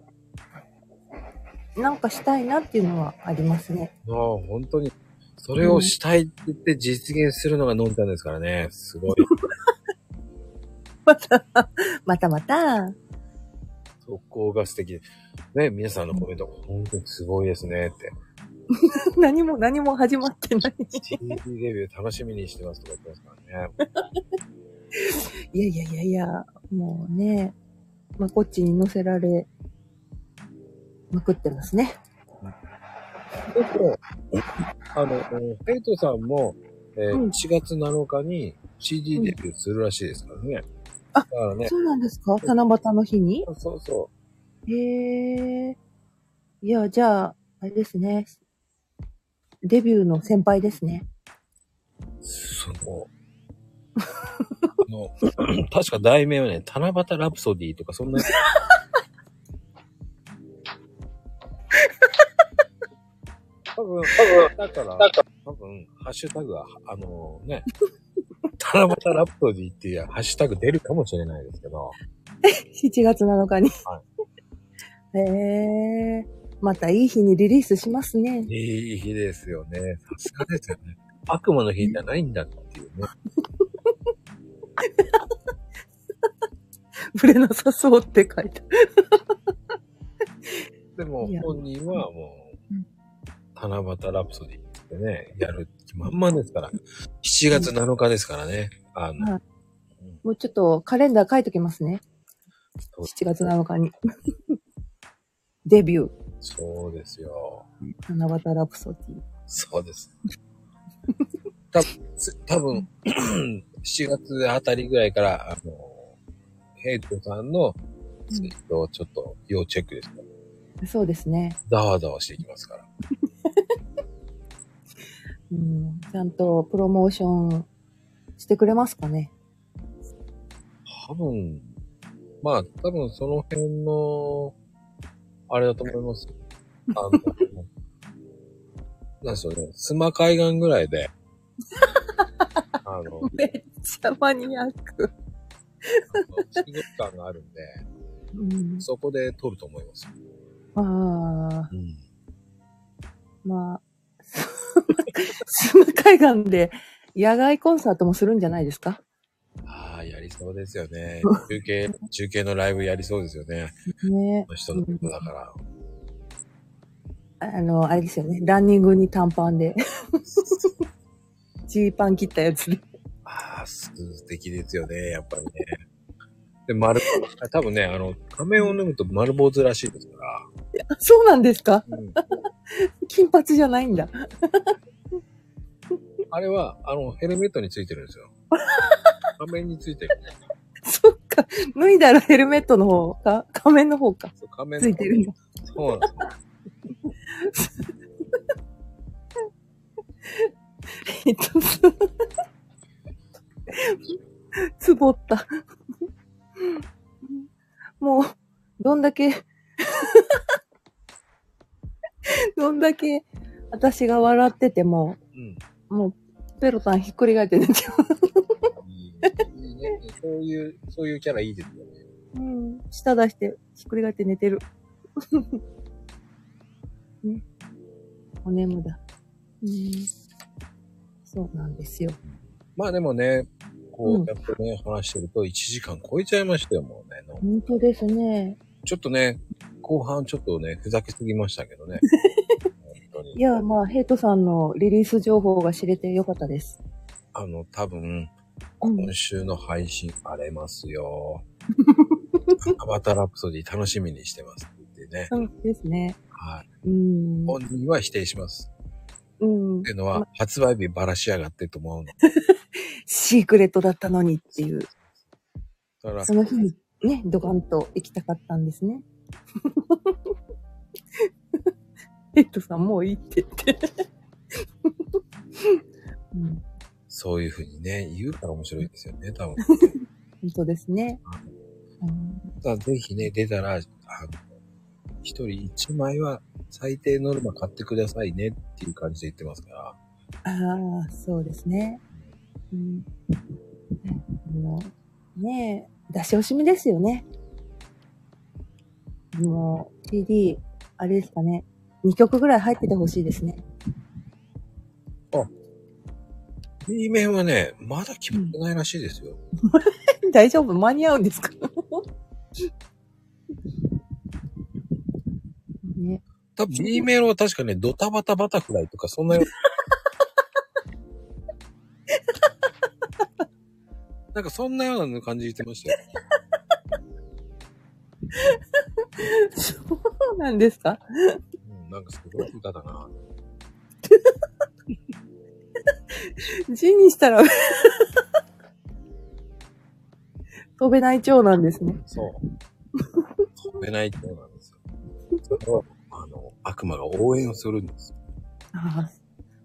Speaker 1: あ
Speaker 2: なんかしたいなっていうのはありますね。
Speaker 1: あ、本当に。それをしたいって言って実現するのがのんちゃんですからね。す ごい。
Speaker 2: またまた。
Speaker 1: そこが素敵で。ね、皆さんのコメント、本当にすごいですねって。
Speaker 2: 何も、何も始まってない。
Speaker 1: TV デビュー楽しみにしてますとか言ってますからね。
Speaker 2: いやいやいやいや、もうね、まこっちに乗せられ、まくってますね。
Speaker 1: ちょっ と、あの、ペイトさんも、えー
Speaker 2: うん
Speaker 1: 4月7日に CD デビューするらしいですからね。
Speaker 2: あ
Speaker 1: だからね、
Speaker 2: そうなんですか七夕の日に
Speaker 1: そうそ
Speaker 2: へえ。いや、じゃあ、あれですね。デビューの先輩ですね。
Speaker 1: う、その、あの確か題名はね、 七夕ラプソディとかそんなやつ。多分、多分、だから、多分、ハッシュタグは、あのね、 七夕ラプソディっていうハッシュタグ出るかもしれないですけど、
Speaker 2: 7月7日に。
Speaker 1: は
Speaker 2: へえ。またいい日にリリースしますね。
Speaker 1: いい日ですよね。さすがですよね。悪魔の日じゃないんだっていうね。
Speaker 2: ぶれなさそうって書いてある。
Speaker 1: でも
Speaker 2: いや
Speaker 1: 本人はもう
Speaker 2: うん、
Speaker 1: 七夕ラプソディってね、やる気満々ですから。7月7日ですからね。あの、
Speaker 2: はいもうちょっとカレンダー書いときますね。
Speaker 1: そう
Speaker 2: 7月7日に。 デビュー。
Speaker 1: そうですよ。
Speaker 2: 七夕ラプソディ。
Speaker 1: そうです。た多分7月あたりぐらいから、あの、ヘイトさんのツイートをちょっと要チェックですから。
Speaker 2: そうですね。
Speaker 1: ざわざわしていきますから。
Speaker 2: うん。ちゃんとプロモーションしてくれますかね。
Speaker 1: 多分、まあ、多分その辺の、あれだと思い ますよ。あの、なんでしょうね、スマ海岸ぐらい で、あの、
Speaker 2: めっちゃマニアック。
Speaker 1: 水族館があるんで、
Speaker 2: うん、
Speaker 1: そこで撮ると思いますよ。
Speaker 2: ああ、
Speaker 1: うん。
Speaker 2: まあ、スム海岸で野外コンサートもするんじゃないですか
Speaker 1: ああ、やりそうですよね。中継、中継のライブやりそうですよね。
Speaker 2: ね
Speaker 1: この人のことだから。
Speaker 2: あの、あれですよね。ランニングに短パンで。ジーパン切ったやつで。
Speaker 1: ああ、素敵ですよね、やっぱりね。で、丸、多分ね、あの、仮面を脱ぐと丸坊主らしいですから。
Speaker 2: そうなんですか
Speaker 1: うん
Speaker 2: 金髪じゃないんだ。
Speaker 1: あれは、あの、ヘルメットについてるんですよ。 仮面についてる。
Speaker 2: そっか。脱いだらヘルメットの方か仮面の方か。
Speaker 1: そう仮面
Speaker 2: ついてるんだ。
Speaker 1: そうなんです
Speaker 2: えっと、つつぼった。もう、どんだけ、どんだけ私が笑ってても、
Speaker 1: よ。
Speaker 2: もう、ペロタンひっくり返って寝ちゃう。
Speaker 1: うん。いいいいね。そういう、そういうキャラいいですよね。
Speaker 2: うん。舌出して、ひっくり返って寝てる。 ね。お眠だ。うん。そうなんですよ。
Speaker 1: まあでもね、
Speaker 2: う
Speaker 1: こ
Speaker 2: ん
Speaker 1: うやってね、話してると1時間超えちゃいましたよ、もうねの。
Speaker 2: 本当ですね。
Speaker 1: ちょっとね、後半ちょっとね、ふざけすぎましたけどね。本当
Speaker 2: い
Speaker 1: に。
Speaker 2: や、まあ、ヘイトさんのリリース情報が知れてよかったです。
Speaker 1: あの、多分、
Speaker 2: うん
Speaker 1: 今週の配信荒れます よ。アバターラプソディ楽しみにしてますって言ってね。
Speaker 2: そうですね。
Speaker 1: はい。
Speaker 2: うん。
Speaker 1: 本人は否定します。
Speaker 2: うん
Speaker 1: って。いうのは、発売日ばらしやがってと思うの。
Speaker 2: シークレットだったのにっていう。
Speaker 1: だから
Speaker 2: そ、の日にね、ドカンと行きたかったんです ね。ヘイトさん、もういいって言 って。うん、
Speaker 1: そういうふうにね、言うから面白いですよ ね、多分。
Speaker 2: 本当ですね。うん
Speaker 1: だからぜひね、出たら、あの、一人一枚は最低ノルマ買ってくださいねっていう感じで言ってますから。
Speaker 2: ああ、そうですね。うん。もう、ねえ、出し惜しみですよね。もう、CD、あれですかね。2曲ぐらい入っててほしいですね。
Speaker 1: B 面はね、まだ決まってないらしいですよ。
Speaker 2: 大丈夫間に合うんですか
Speaker 1: 多分 B メロは確かね、ドタバタバタフライとか、そんなよ。 なんかそんなような感じ言ってましたよ。
Speaker 2: そうなんですか
Speaker 1: うん、なんかすごい歌だな。
Speaker 2: 字にしたら 飛べない蝶なんですね。
Speaker 1: そう。飛べないってことなんですよ。それを、あの、悪魔が応援をするんですよ。
Speaker 2: ああ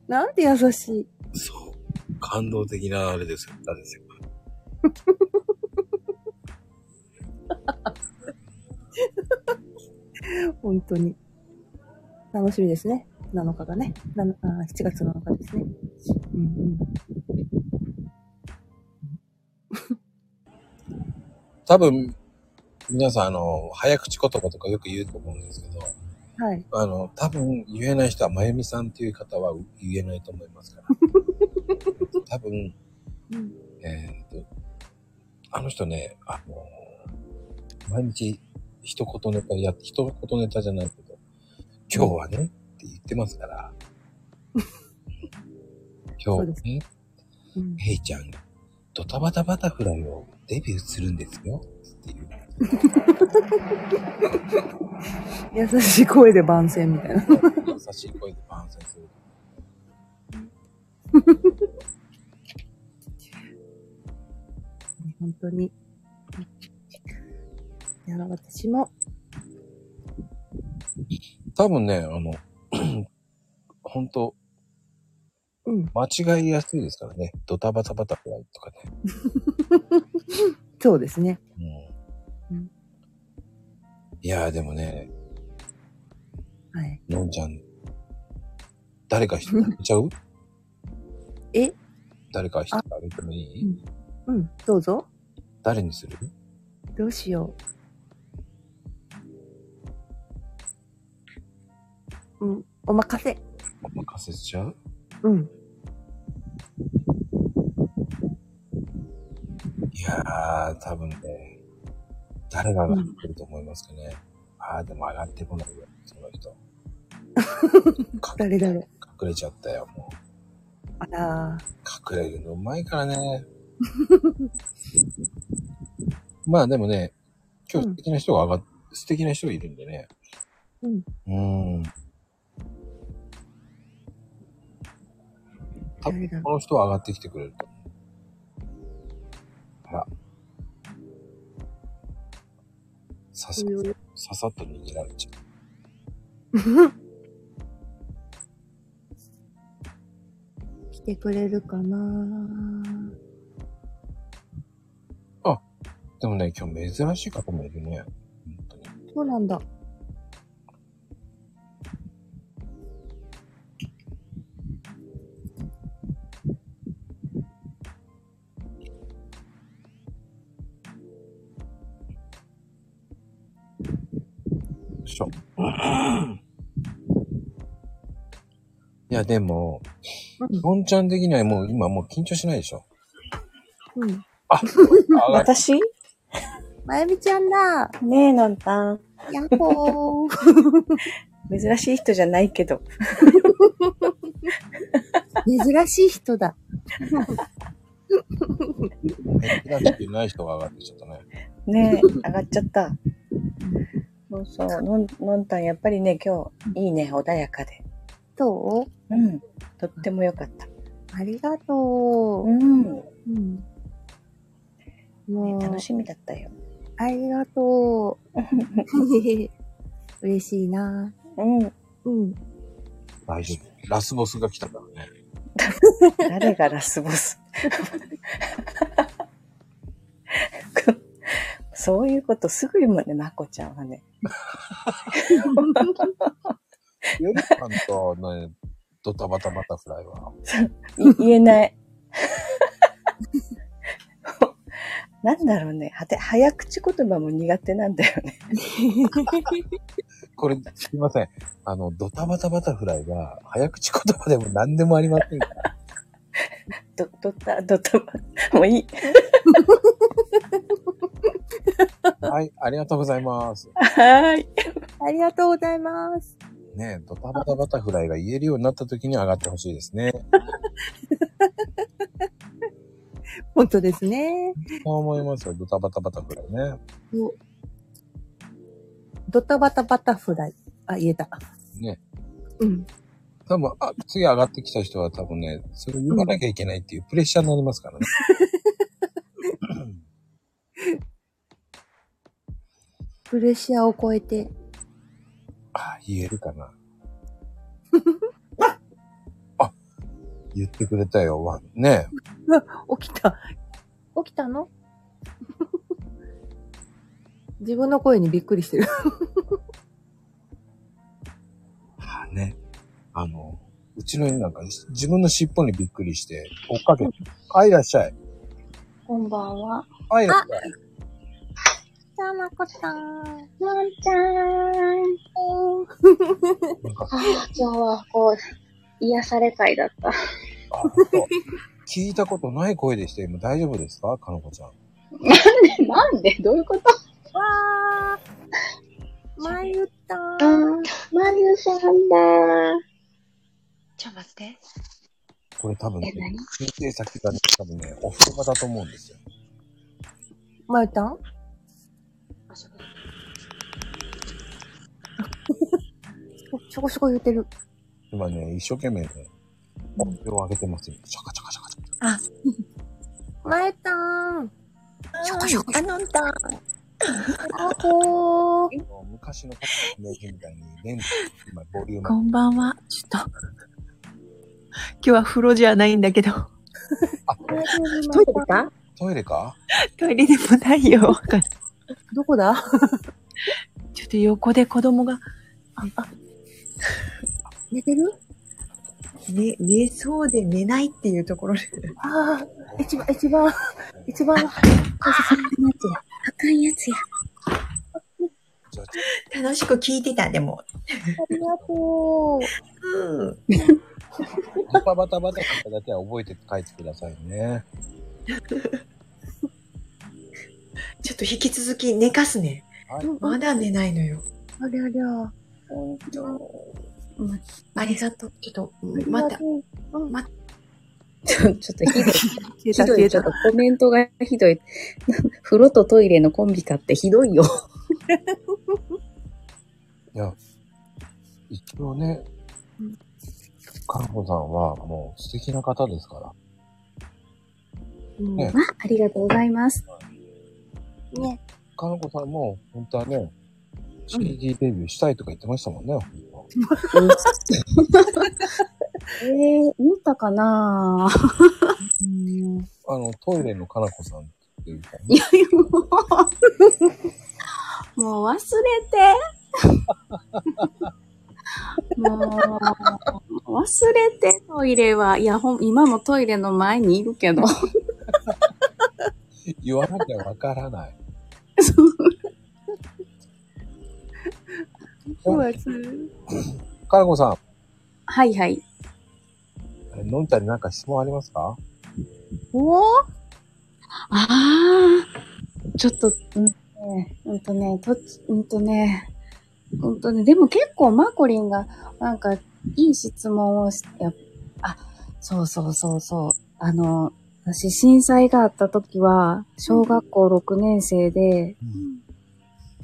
Speaker 2: なんて優しい。
Speaker 1: そう。感動的なあれですよ。歌ですよ。
Speaker 2: 本当に。楽しみですね。7日がね。なのあー7月7日ですね。うんうん。
Speaker 1: 多分、皆さん、あの、早口言葉とかよく言うと思うんですけど、
Speaker 2: はい。
Speaker 1: あの、多分言えない人は、まゆみさんっていう方は言えないと思います から。多分、
Speaker 2: うん
Speaker 1: えーっと、あの人ね、あの、毎日一言ネタやって、一言ネタじゃないけど、今日はねって言ってますから。今日は
Speaker 2: そうで
Speaker 1: ね、
Speaker 2: うん
Speaker 1: ヘイちゃんがドタバタバタフライをデビューするんですよっていう。
Speaker 2: 優しい声で番宣みたいな。
Speaker 1: 優しい声で反省する。
Speaker 2: 本当に。いや、私も、
Speaker 1: 多分ね、あの、 本当
Speaker 2: うん、
Speaker 1: 間違いやすいですからね。ドタバタバタフライとかね。
Speaker 2: そうですね。
Speaker 1: う
Speaker 2: うんん、
Speaker 1: いやーでもね、
Speaker 2: はい。
Speaker 1: のんちゃん、誰か人泣いちゃう
Speaker 2: え
Speaker 1: 誰か人あげてもいい、
Speaker 2: あうん、どうぞ。
Speaker 1: 誰にする
Speaker 2: どうしよう。うん、お任せ。
Speaker 1: お任せしちゃう
Speaker 2: うん。
Speaker 1: いやー、多分ね、誰が上がってると思いますかね。あー、でも上がってこないよ、その 人。
Speaker 2: 誰だろう。
Speaker 1: 隠れちゃったよ、もう。
Speaker 2: あら
Speaker 1: 隠れるのうまいからね。 まあでもね、今日素敵な人が上がっ、素敵な人がいるんでね。
Speaker 2: うん。
Speaker 1: うーん。
Speaker 2: ー、誰だろ
Speaker 1: この人は上がってきてくれると。あら。ささ、
Speaker 2: う。
Speaker 1: 刺さっと逃げられちゃう。
Speaker 2: 来てくれるかな
Speaker 1: でもね、今日珍しい方もいるね。本当に。
Speaker 2: そうなんだ。
Speaker 1: よいしょ。いや、でも、
Speaker 2: う
Speaker 1: のんちゃん的にはもう今もう緊張しないでしょ。
Speaker 2: ん。うん。
Speaker 1: あ、上がっ
Speaker 6: 私
Speaker 2: まゆみちゃんだ
Speaker 6: ねえ、のんたん。
Speaker 2: やっほ ー
Speaker 6: 珍しい人じゃないけど。
Speaker 2: 珍しい人だ。
Speaker 1: てない人いない人が上がってきちゃったね。
Speaker 6: ねえ、 上がっちゃった。そうそう。のん、のんたん、やっぱりね、今日、いいね、穏やかで。
Speaker 2: どう
Speaker 6: うん。とっても良かった。
Speaker 2: ありがと
Speaker 6: うん。
Speaker 2: う。うん。もう
Speaker 6: 楽、しみだったよ。
Speaker 2: ありがとう。 嬉しいな
Speaker 6: うん。
Speaker 2: うん。
Speaker 1: 大丈夫。ラスボスが来たからね。
Speaker 6: 誰がラスボス そういうことすぐ言うもんね、まこちゃん はね。
Speaker 1: ヨルさんとね、ドタバタバタフライは。
Speaker 6: い言えない。 なんだろうね。はて、早口言葉も苦手なんだよね。
Speaker 1: これ、すいません。あの、ドタバタバタフライは、早口言葉でも何でもありませんから。
Speaker 6: ど、どた、どた、もういい。
Speaker 1: はい、ありがとうございます。
Speaker 6: はーい。
Speaker 2: ありがとうございます。
Speaker 1: ね、ドタバタバタフライが言えるようになった時に上がってほしいですね。
Speaker 2: 本当ですね。
Speaker 1: そう思いますよ、ドタバタバタフライね。
Speaker 2: ドタバタバタフライ。あ、言えた。
Speaker 1: ね。
Speaker 2: うん。
Speaker 1: 多分、あ、次上がってきた人は多分ね、それを言わなきゃいけないっていうプレッシャーになりますからね。
Speaker 2: プレッシャーを超えて。
Speaker 1: あ、言えるかな。 あ、言ってくれたよ。わね
Speaker 2: 起きた。起きたの 自分の声にびっくりしてる。
Speaker 1: あね。あの、うちの犬なんか自分の尻尾にびっくりして追っかけて、あ、いらっしゃい。
Speaker 7: こんばんは。
Speaker 1: あ、いらっしゃい。
Speaker 2: たまこさん。
Speaker 7: のんちゃーん。
Speaker 1: なんか、
Speaker 7: あ今日はこう、癒され会だった。
Speaker 1: あ、ほんと聞いたことない声でしたよ。今大丈夫ですかかのこちゃん。
Speaker 7: なんでどういうこと
Speaker 2: わー。まゆた
Speaker 7: あ
Speaker 2: ん。
Speaker 7: ー、マリュさんだー。ちょ、待って。
Speaker 1: これ多分ね
Speaker 7: え何、
Speaker 1: 申請先がね、多分ね、お風呂場だと思うんですよ。
Speaker 2: まゆたんちょこちょこ言ってる。
Speaker 1: 今ね、一生懸命ね、お風呂を開けてますよ。シャカシャカシャカシャカ。
Speaker 2: まゆたん。
Speaker 8: ショコショコ。あのんた。
Speaker 2: あこー。
Speaker 1: あの昔のパパの名人みたいに、レンズ、今、ボリューム
Speaker 8: こんばんは。ちょっと。今日は風呂じゃないんだけど、
Speaker 2: トイレ
Speaker 8: か
Speaker 1: トイレか
Speaker 8: トイレでもないよ。
Speaker 2: どこだ
Speaker 8: ちょっと横で子供が、
Speaker 9: 寝てる寝、寝そうで寝ないっていうところで。
Speaker 2: ああ、一番、一番、一番。
Speaker 9: あかんやつや。
Speaker 1: じゃあ、
Speaker 9: 楽しく聞いてた、でも。
Speaker 2: ありがとう。
Speaker 9: うん。
Speaker 1: バタバタバタとかだけは覚えて帰ってくださいね。
Speaker 9: ちょっと引き続き寝かすね。
Speaker 1: はい
Speaker 9: まだ寝ないのよ。
Speaker 2: ありゃりゃ。
Speaker 9: 本当。うんありがとう。ちょっと、ま
Speaker 2: ま
Speaker 9: た
Speaker 2: た。。
Speaker 6: ちょ、ちょっとひど
Speaker 2: 消
Speaker 6: い。
Speaker 2: え
Speaker 6: ひ
Speaker 2: た
Speaker 6: ど
Speaker 2: 消え
Speaker 6: い。ちょったと。コメントがひどい。 風呂とトイレのコンビかってひどいよ。
Speaker 1: 一応ね、かんこさんはもう素敵な方ですから。
Speaker 2: うん
Speaker 1: ね
Speaker 7: ありがとうございます。
Speaker 2: ね。
Speaker 1: かのこさんも、本当はね、CD デビューしたいとか言ってましたもんね。本
Speaker 7: えー、見たかな ー。
Speaker 1: 当はあの、トイレのかなこさんっていうか、
Speaker 7: いや、もう、もう忘れて。 もう、忘れて、トイレは。いや、ほん、今もトイレの前にいるけど。
Speaker 1: 言わなきゃわからない。
Speaker 2: そうです。
Speaker 1: かなこさん
Speaker 7: はいはい。
Speaker 1: え、のんちゃんに何か質問ありますか
Speaker 2: おー
Speaker 7: ああ、ちょっと、うんね、うんとね、とっち、うんとね、うんとね、でも結構マコリンが、なんか、いい質問をし、やっあ、そうそうそうそう。あの、私、震災があった時は、小学校6年生で、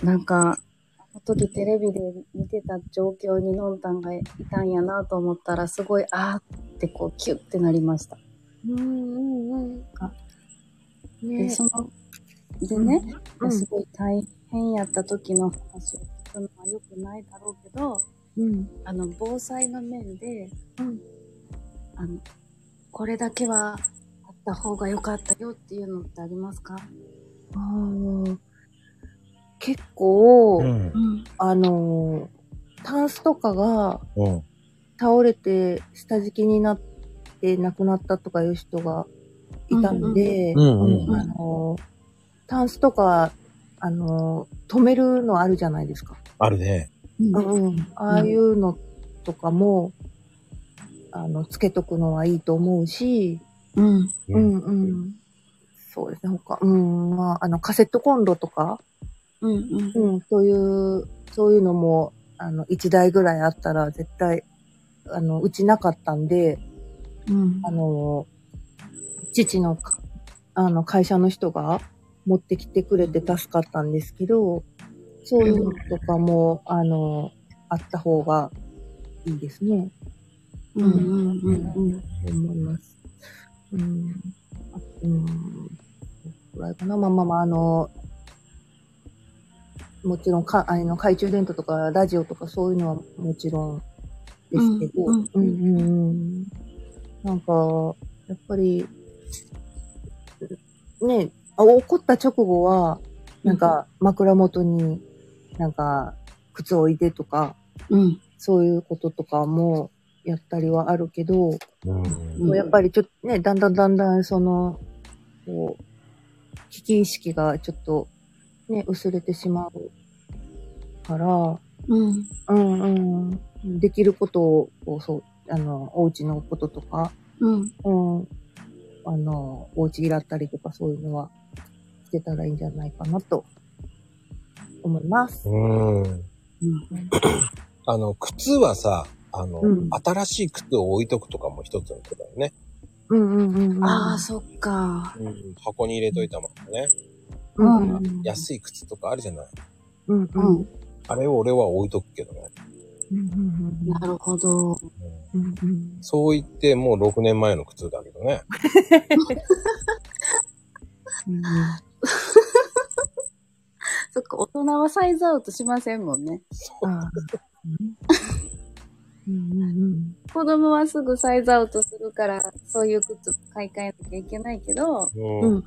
Speaker 7: なんか、あの時テレビで見てた状況にのんたんがいたんやなと思ったら、すごい、あーってこう、キュッてなりました。
Speaker 2: うんうんうん。
Speaker 7: で、
Speaker 2: ね
Speaker 7: その、でね、
Speaker 2: うん
Speaker 7: すごい大変やった時の話を聞くのは良くないだろうけど、
Speaker 2: うん。
Speaker 7: あの、防災の面で、
Speaker 2: うん
Speaker 7: あの、これだけはあった方が良かったよっていうのってありますか
Speaker 2: あー結構、
Speaker 1: ん。
Speaker 7: ん。
Speaker 2: あのー、タンスとかが
Speaker 1: うん。
Speaker 2: 倒れて下敷きになって亡くなったとかいう人がいたので、
Speaker 1: うんうんうん
Speaker 2: あのー、タンスとか、あのー、止めるのあるじゃないですか。
Speaker 1: あるね。
Speaker 2: うんうん、ああいうのとかも、あの、つけとくのはいいと思うし、
Speaker 7: うん。
Speaker 1: う
Speaker 2: うんんうん。そうですね、他、うん、まあ、あの、カセットコンロとか、
Speaker 7: うん。うん。
Speaker 2: うん、そういう、そういうのも、あの、1台ぐらいあったら絶対、あの、うちなかったんで、
Speaker 8: うん
Speaker 2: あの、父のか、あの、会社の人が持ってきてくれて助かったんですけど、そういうのとかも、あの、あった方がいいですね。
Speaker 7: うんうんうんうん。
Speaker 2: と思います。うん。あうん。これぐらいかな。まあまあまあ、あの、もちろんか、あの、懐中電灯とかラジオとかそういうのはもちろんですけど、
Speaker 7: うん
Speaker 2: うんうんうん。なんか、やっぱり、ね、あ怒った直後は、なんか枕元になんか靴を置いてとか、
Speaker 7: うん。
Speaker 2: そういうこととかもやったりはあるけど、
Speaker 1: うん。
Speaker 2: やっぱりちょっとね、だんだんだんだん、その、こう、危機意識がちょっと、ね、薄れてしまうから、
Speaker 7: うん。
Speaker 2: うんうん、できることを、こうそう、あの、お家のこととか、
Speaker 7: うん。
Speaker 2: うん、あの、お家だったりとかそういうのは、してたらいいんじゃないかなと、思います。
Speaker 1: うん。あの、靴はさ、あの、
Speaker 2: うん
Speaker 1: 新しい靴を置いとくとかも一つの手だよね。
Speaker 2: うんうんうんうん。
Speaker 7: ああ、そっか。
Speaker 1: 箱に入れといたままね。
Speaker 2: うんうん
Speaker 7: うん
Speaker 1: 安い靴とかあるじゃない。
Speaker 2: うんうん。
Speaker 7: うん。
Speaker 1: あれを俺は置いとくけどね。
Speaker 2: うんうん
Speaker 7: なるほど。
Speaker 1: うん
Speaker 2: うんうん
Speaker 1: そう言ってもう6年前の靴だけどね。
Speaker 2: うん
Speaker 7: そっか、大人はサイズアウトしませんもんね。
Speaker 2: あーうんうんうん
Speaker 7: 子供はすぐサイズアウトするから、そういう靴買い替えなきゃいけないけど、
Speaker 1: うん
Speaker 2: うん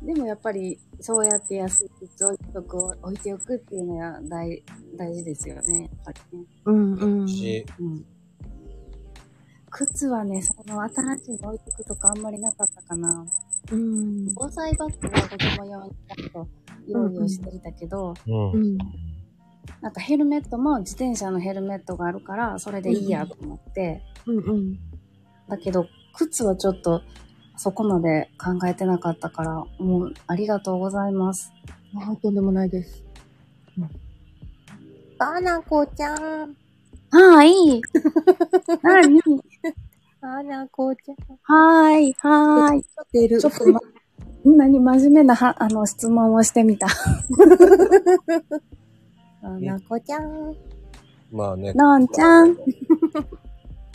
Speaker 7: でもやっぱり、そうやって安い靴を一足置いておくっていうのは大大事ですよね。やっぱりね。
Speaker 2: うんうん。
Speaker 1: し、
Speaker 7: うん。靴はね、その新しいの置いておくとかあんまりなかったかな。
Speaker 2: うん
Speaker 7: 防災バッグは子供用にちゃんと用意をしていたけど、
Speaker 1: うん
Speaker 2: うん
Speaker 7: なんかヘルメットも自転車のヘルメットがあるから、それでいいやと思って、
Speaker 2: うんうん。
Speaker 7: だけど、靴はちょっとそこまで考えてなかったから、もうありがとうございます。
Speaker 2: あーとんでもないです。バナコちゃん。
Speaker 7: はー い。なに
Speaker 2: バナコちゃん。
Speaker 7: はーい、はーい。
Speaker 9: てる。
Speaker 7: ちょっと、ま、何真面目なはあの質問をして みた。
Speaker 2: バナコちゃん。
Speaker 1: まあね。
Speaker 7: のんちゃん。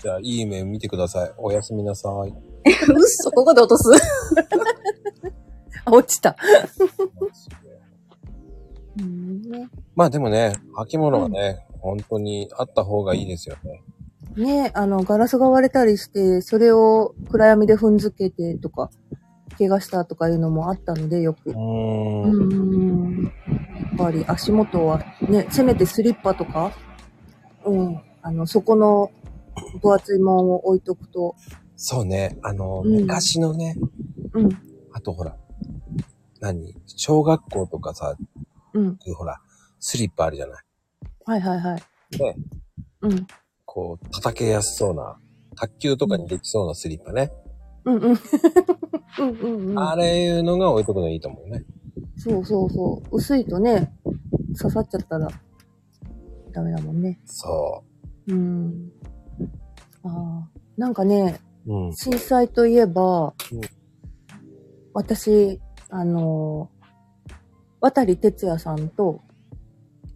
Speaker 1: じゃあ、いい面見てください。おやすみなさい。
Speaker 7: 嘘、ここで落とす。
Speaker 2: あ、落ちた。うんね。
Speaker 1: まあでもね、履物はね、本当にあった方がいいですよね。
Speaker 2: ねあの、ガラスが割れたりして、それを暗闇で踏んづけてとか、怪我したとかいうのもあったので、よく。
Speaker 1: うん
Speaker 2: う。ん。やっぱり足元はね、せめてスリッパとか、うん。あの、そこの分厚いもんを置いとくと、
Speaker 1: そうね。あの、
Speaker 2: うん
Speaker 1: 昔のね、
Speaker 2: うん。
Speaker 1: あとほら、何小学校とかさ、
Speaker 2: うん。
Speaker 1: ほら、スリッパあるじゃない。
Speaker 2: はいはいはい。
Speaker 1: ね、
Speaker 2: うん。
Speaker 1: こう、叩けやすそうな、卓球とかにできそうなスリッパね。
Speaker 2: うんうん。 うんうんうん。
Speaker 1: あれいうのが置いとくのいいと思うね。
Speaker 2: そうそうそう。薄いとね、刺さっちゃったらダメだもんね。
Speaker 1: そ
Speaker 2: うん。ああ。なんかね、
Speaker 1: う。うん。
Speaker 2: 震災といえば
Speaker 1: うん、
Speaker 2: 私、あのー渡哲也さんと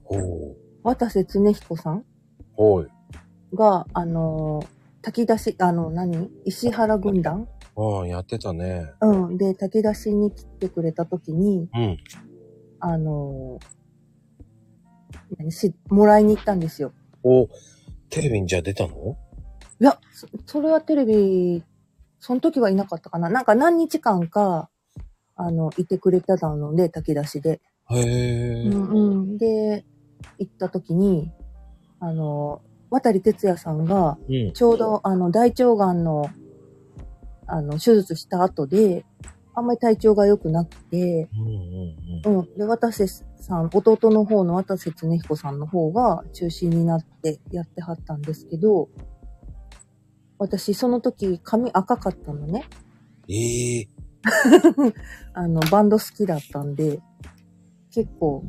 Speaker 1: おう
Speaker 2: 渡瀬恒彦さん
Speaker 1: おい。
Speaker 2: が、あのー炊き出し、あの、何石原軍団
Speaker 1: うん、やってたね。
Speaker 2: うん。で、炊き出しに来てくれた時に、
Speaker 1: うん。
Speaker 2: あのー何し、もらいに行ったんですよ。
Speaker 1: お、テレビにじゃあ出たの
Speaker 2: いや、そそれはテレビ、その時はいなかったかな。なんか何日間か、あの、いてくれてたので、炊き出しで。
Speaker 1: へえ。
Speaker 2: うんうん。で、行った時に、あの、渡哲也さんが、
Speaker 1: うん。
Speaker 2: ちょうど、あの、大腸がんの、あの、手術した後で、あんまり体調が良くなくて、
Speaker 1: うんうん
Speaker 2: うん。で、渡瀬さん、弟の方の渡瀬恒彦さんの方が中心になってやってはったんですけど、私、その時、髪赤かったのね。
Speaker 1: うん。ええ
Speaker 2: あの、バンド好きだったんで、結構、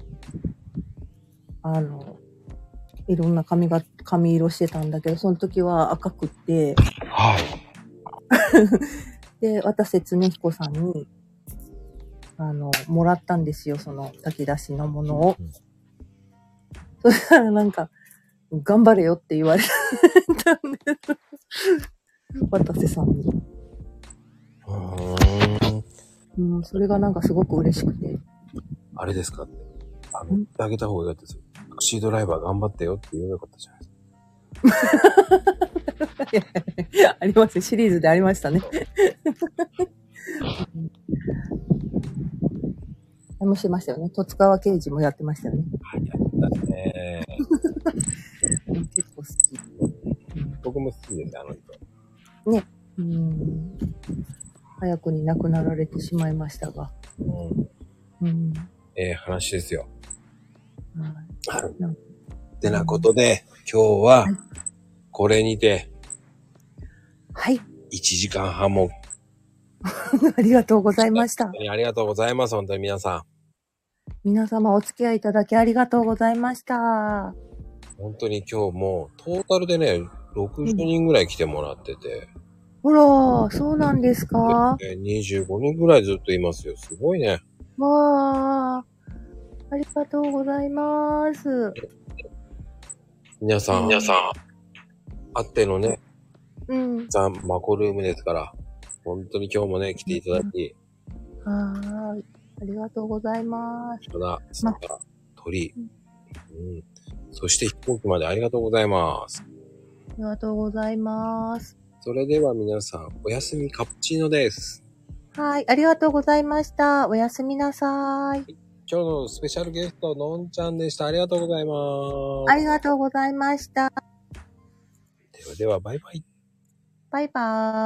Speaker 2: ああの、いろんな髪が、髪色してたんだけど、その時は赤くって、
Speaker 5: はい。
Speaker 2: で、渡瀬恒彦さんに、あの、もらったんですよ、その炊き出しのものを。 そしたらなんか、頑張れよって言われたんです。渡瀬さんに。
Speaker 5: うーん。
Speaker 2: うん、それがなんかすごく嬉しくて。
Speaker 1: あれですかって。あの、言ってあげた方が良かったですよ。タクシードライバー頑張ってよって言えばよかったじゃないですか。
Speaker 2: ありますシリーズでありましたね。あれもしてましたよね。戸塚川刑事もやってましたよね。
Speaker 1: はい、やりましたね。
Speaker 2: 結構好き。
Speaker 1: 僕も好きです、あの人。
Speaker 2: うん。早くに亡くなられてしまいましたが。
Speaker 1: うん。
Speaker 2: うん。
Speaker 1: ええ話ですよ。
Speaker 2: はい
Speaker 1: ってなことで、今日は、これにて、
Speaker 2: はい。
Speaker 1: 1時間半も、
Speaker 2: ありがとうございました
Speaker 1: 本。当にありがとうございます、本当に皆さ
Speaker 2: 皆様お付き合いいただきありがとうございました。
Speaker 1: ん。本当に今日もう、トータルでね、60人ぐらい来てもらってて、
Speaker 2: ほら、そうなんですか
Speaker 1: えー25人ぐらいずっといますよ。すごいね。
Speaker 2: わあ、ありがとうございます。
Speaker 1: 皆さん、皆さん、あってのね、
Speaker 2: うん。
Speaker 1: ザ・マコルームですから、本当に今日もね、来ていただき、
Speaker 2: はーい。ありがとうございます。
Speaker 1: 花、魚、鳥、うん。そして飛行機までありがとうございます。
Speaker 2: ありがとうございます。
Speaker 1: それでは皆さん、おやすみカプチーノです。
Speaker 2: はい。ありがとうございました。おやすみなさい。
Speaker 1: 今日のスペシャルゲスト、のんちゃんでした。ありがとうございます。
Speaker 2: ありがとうございました。
Speaker 1: ではでは、バイバイ。
Speaker 2: バイバーイ。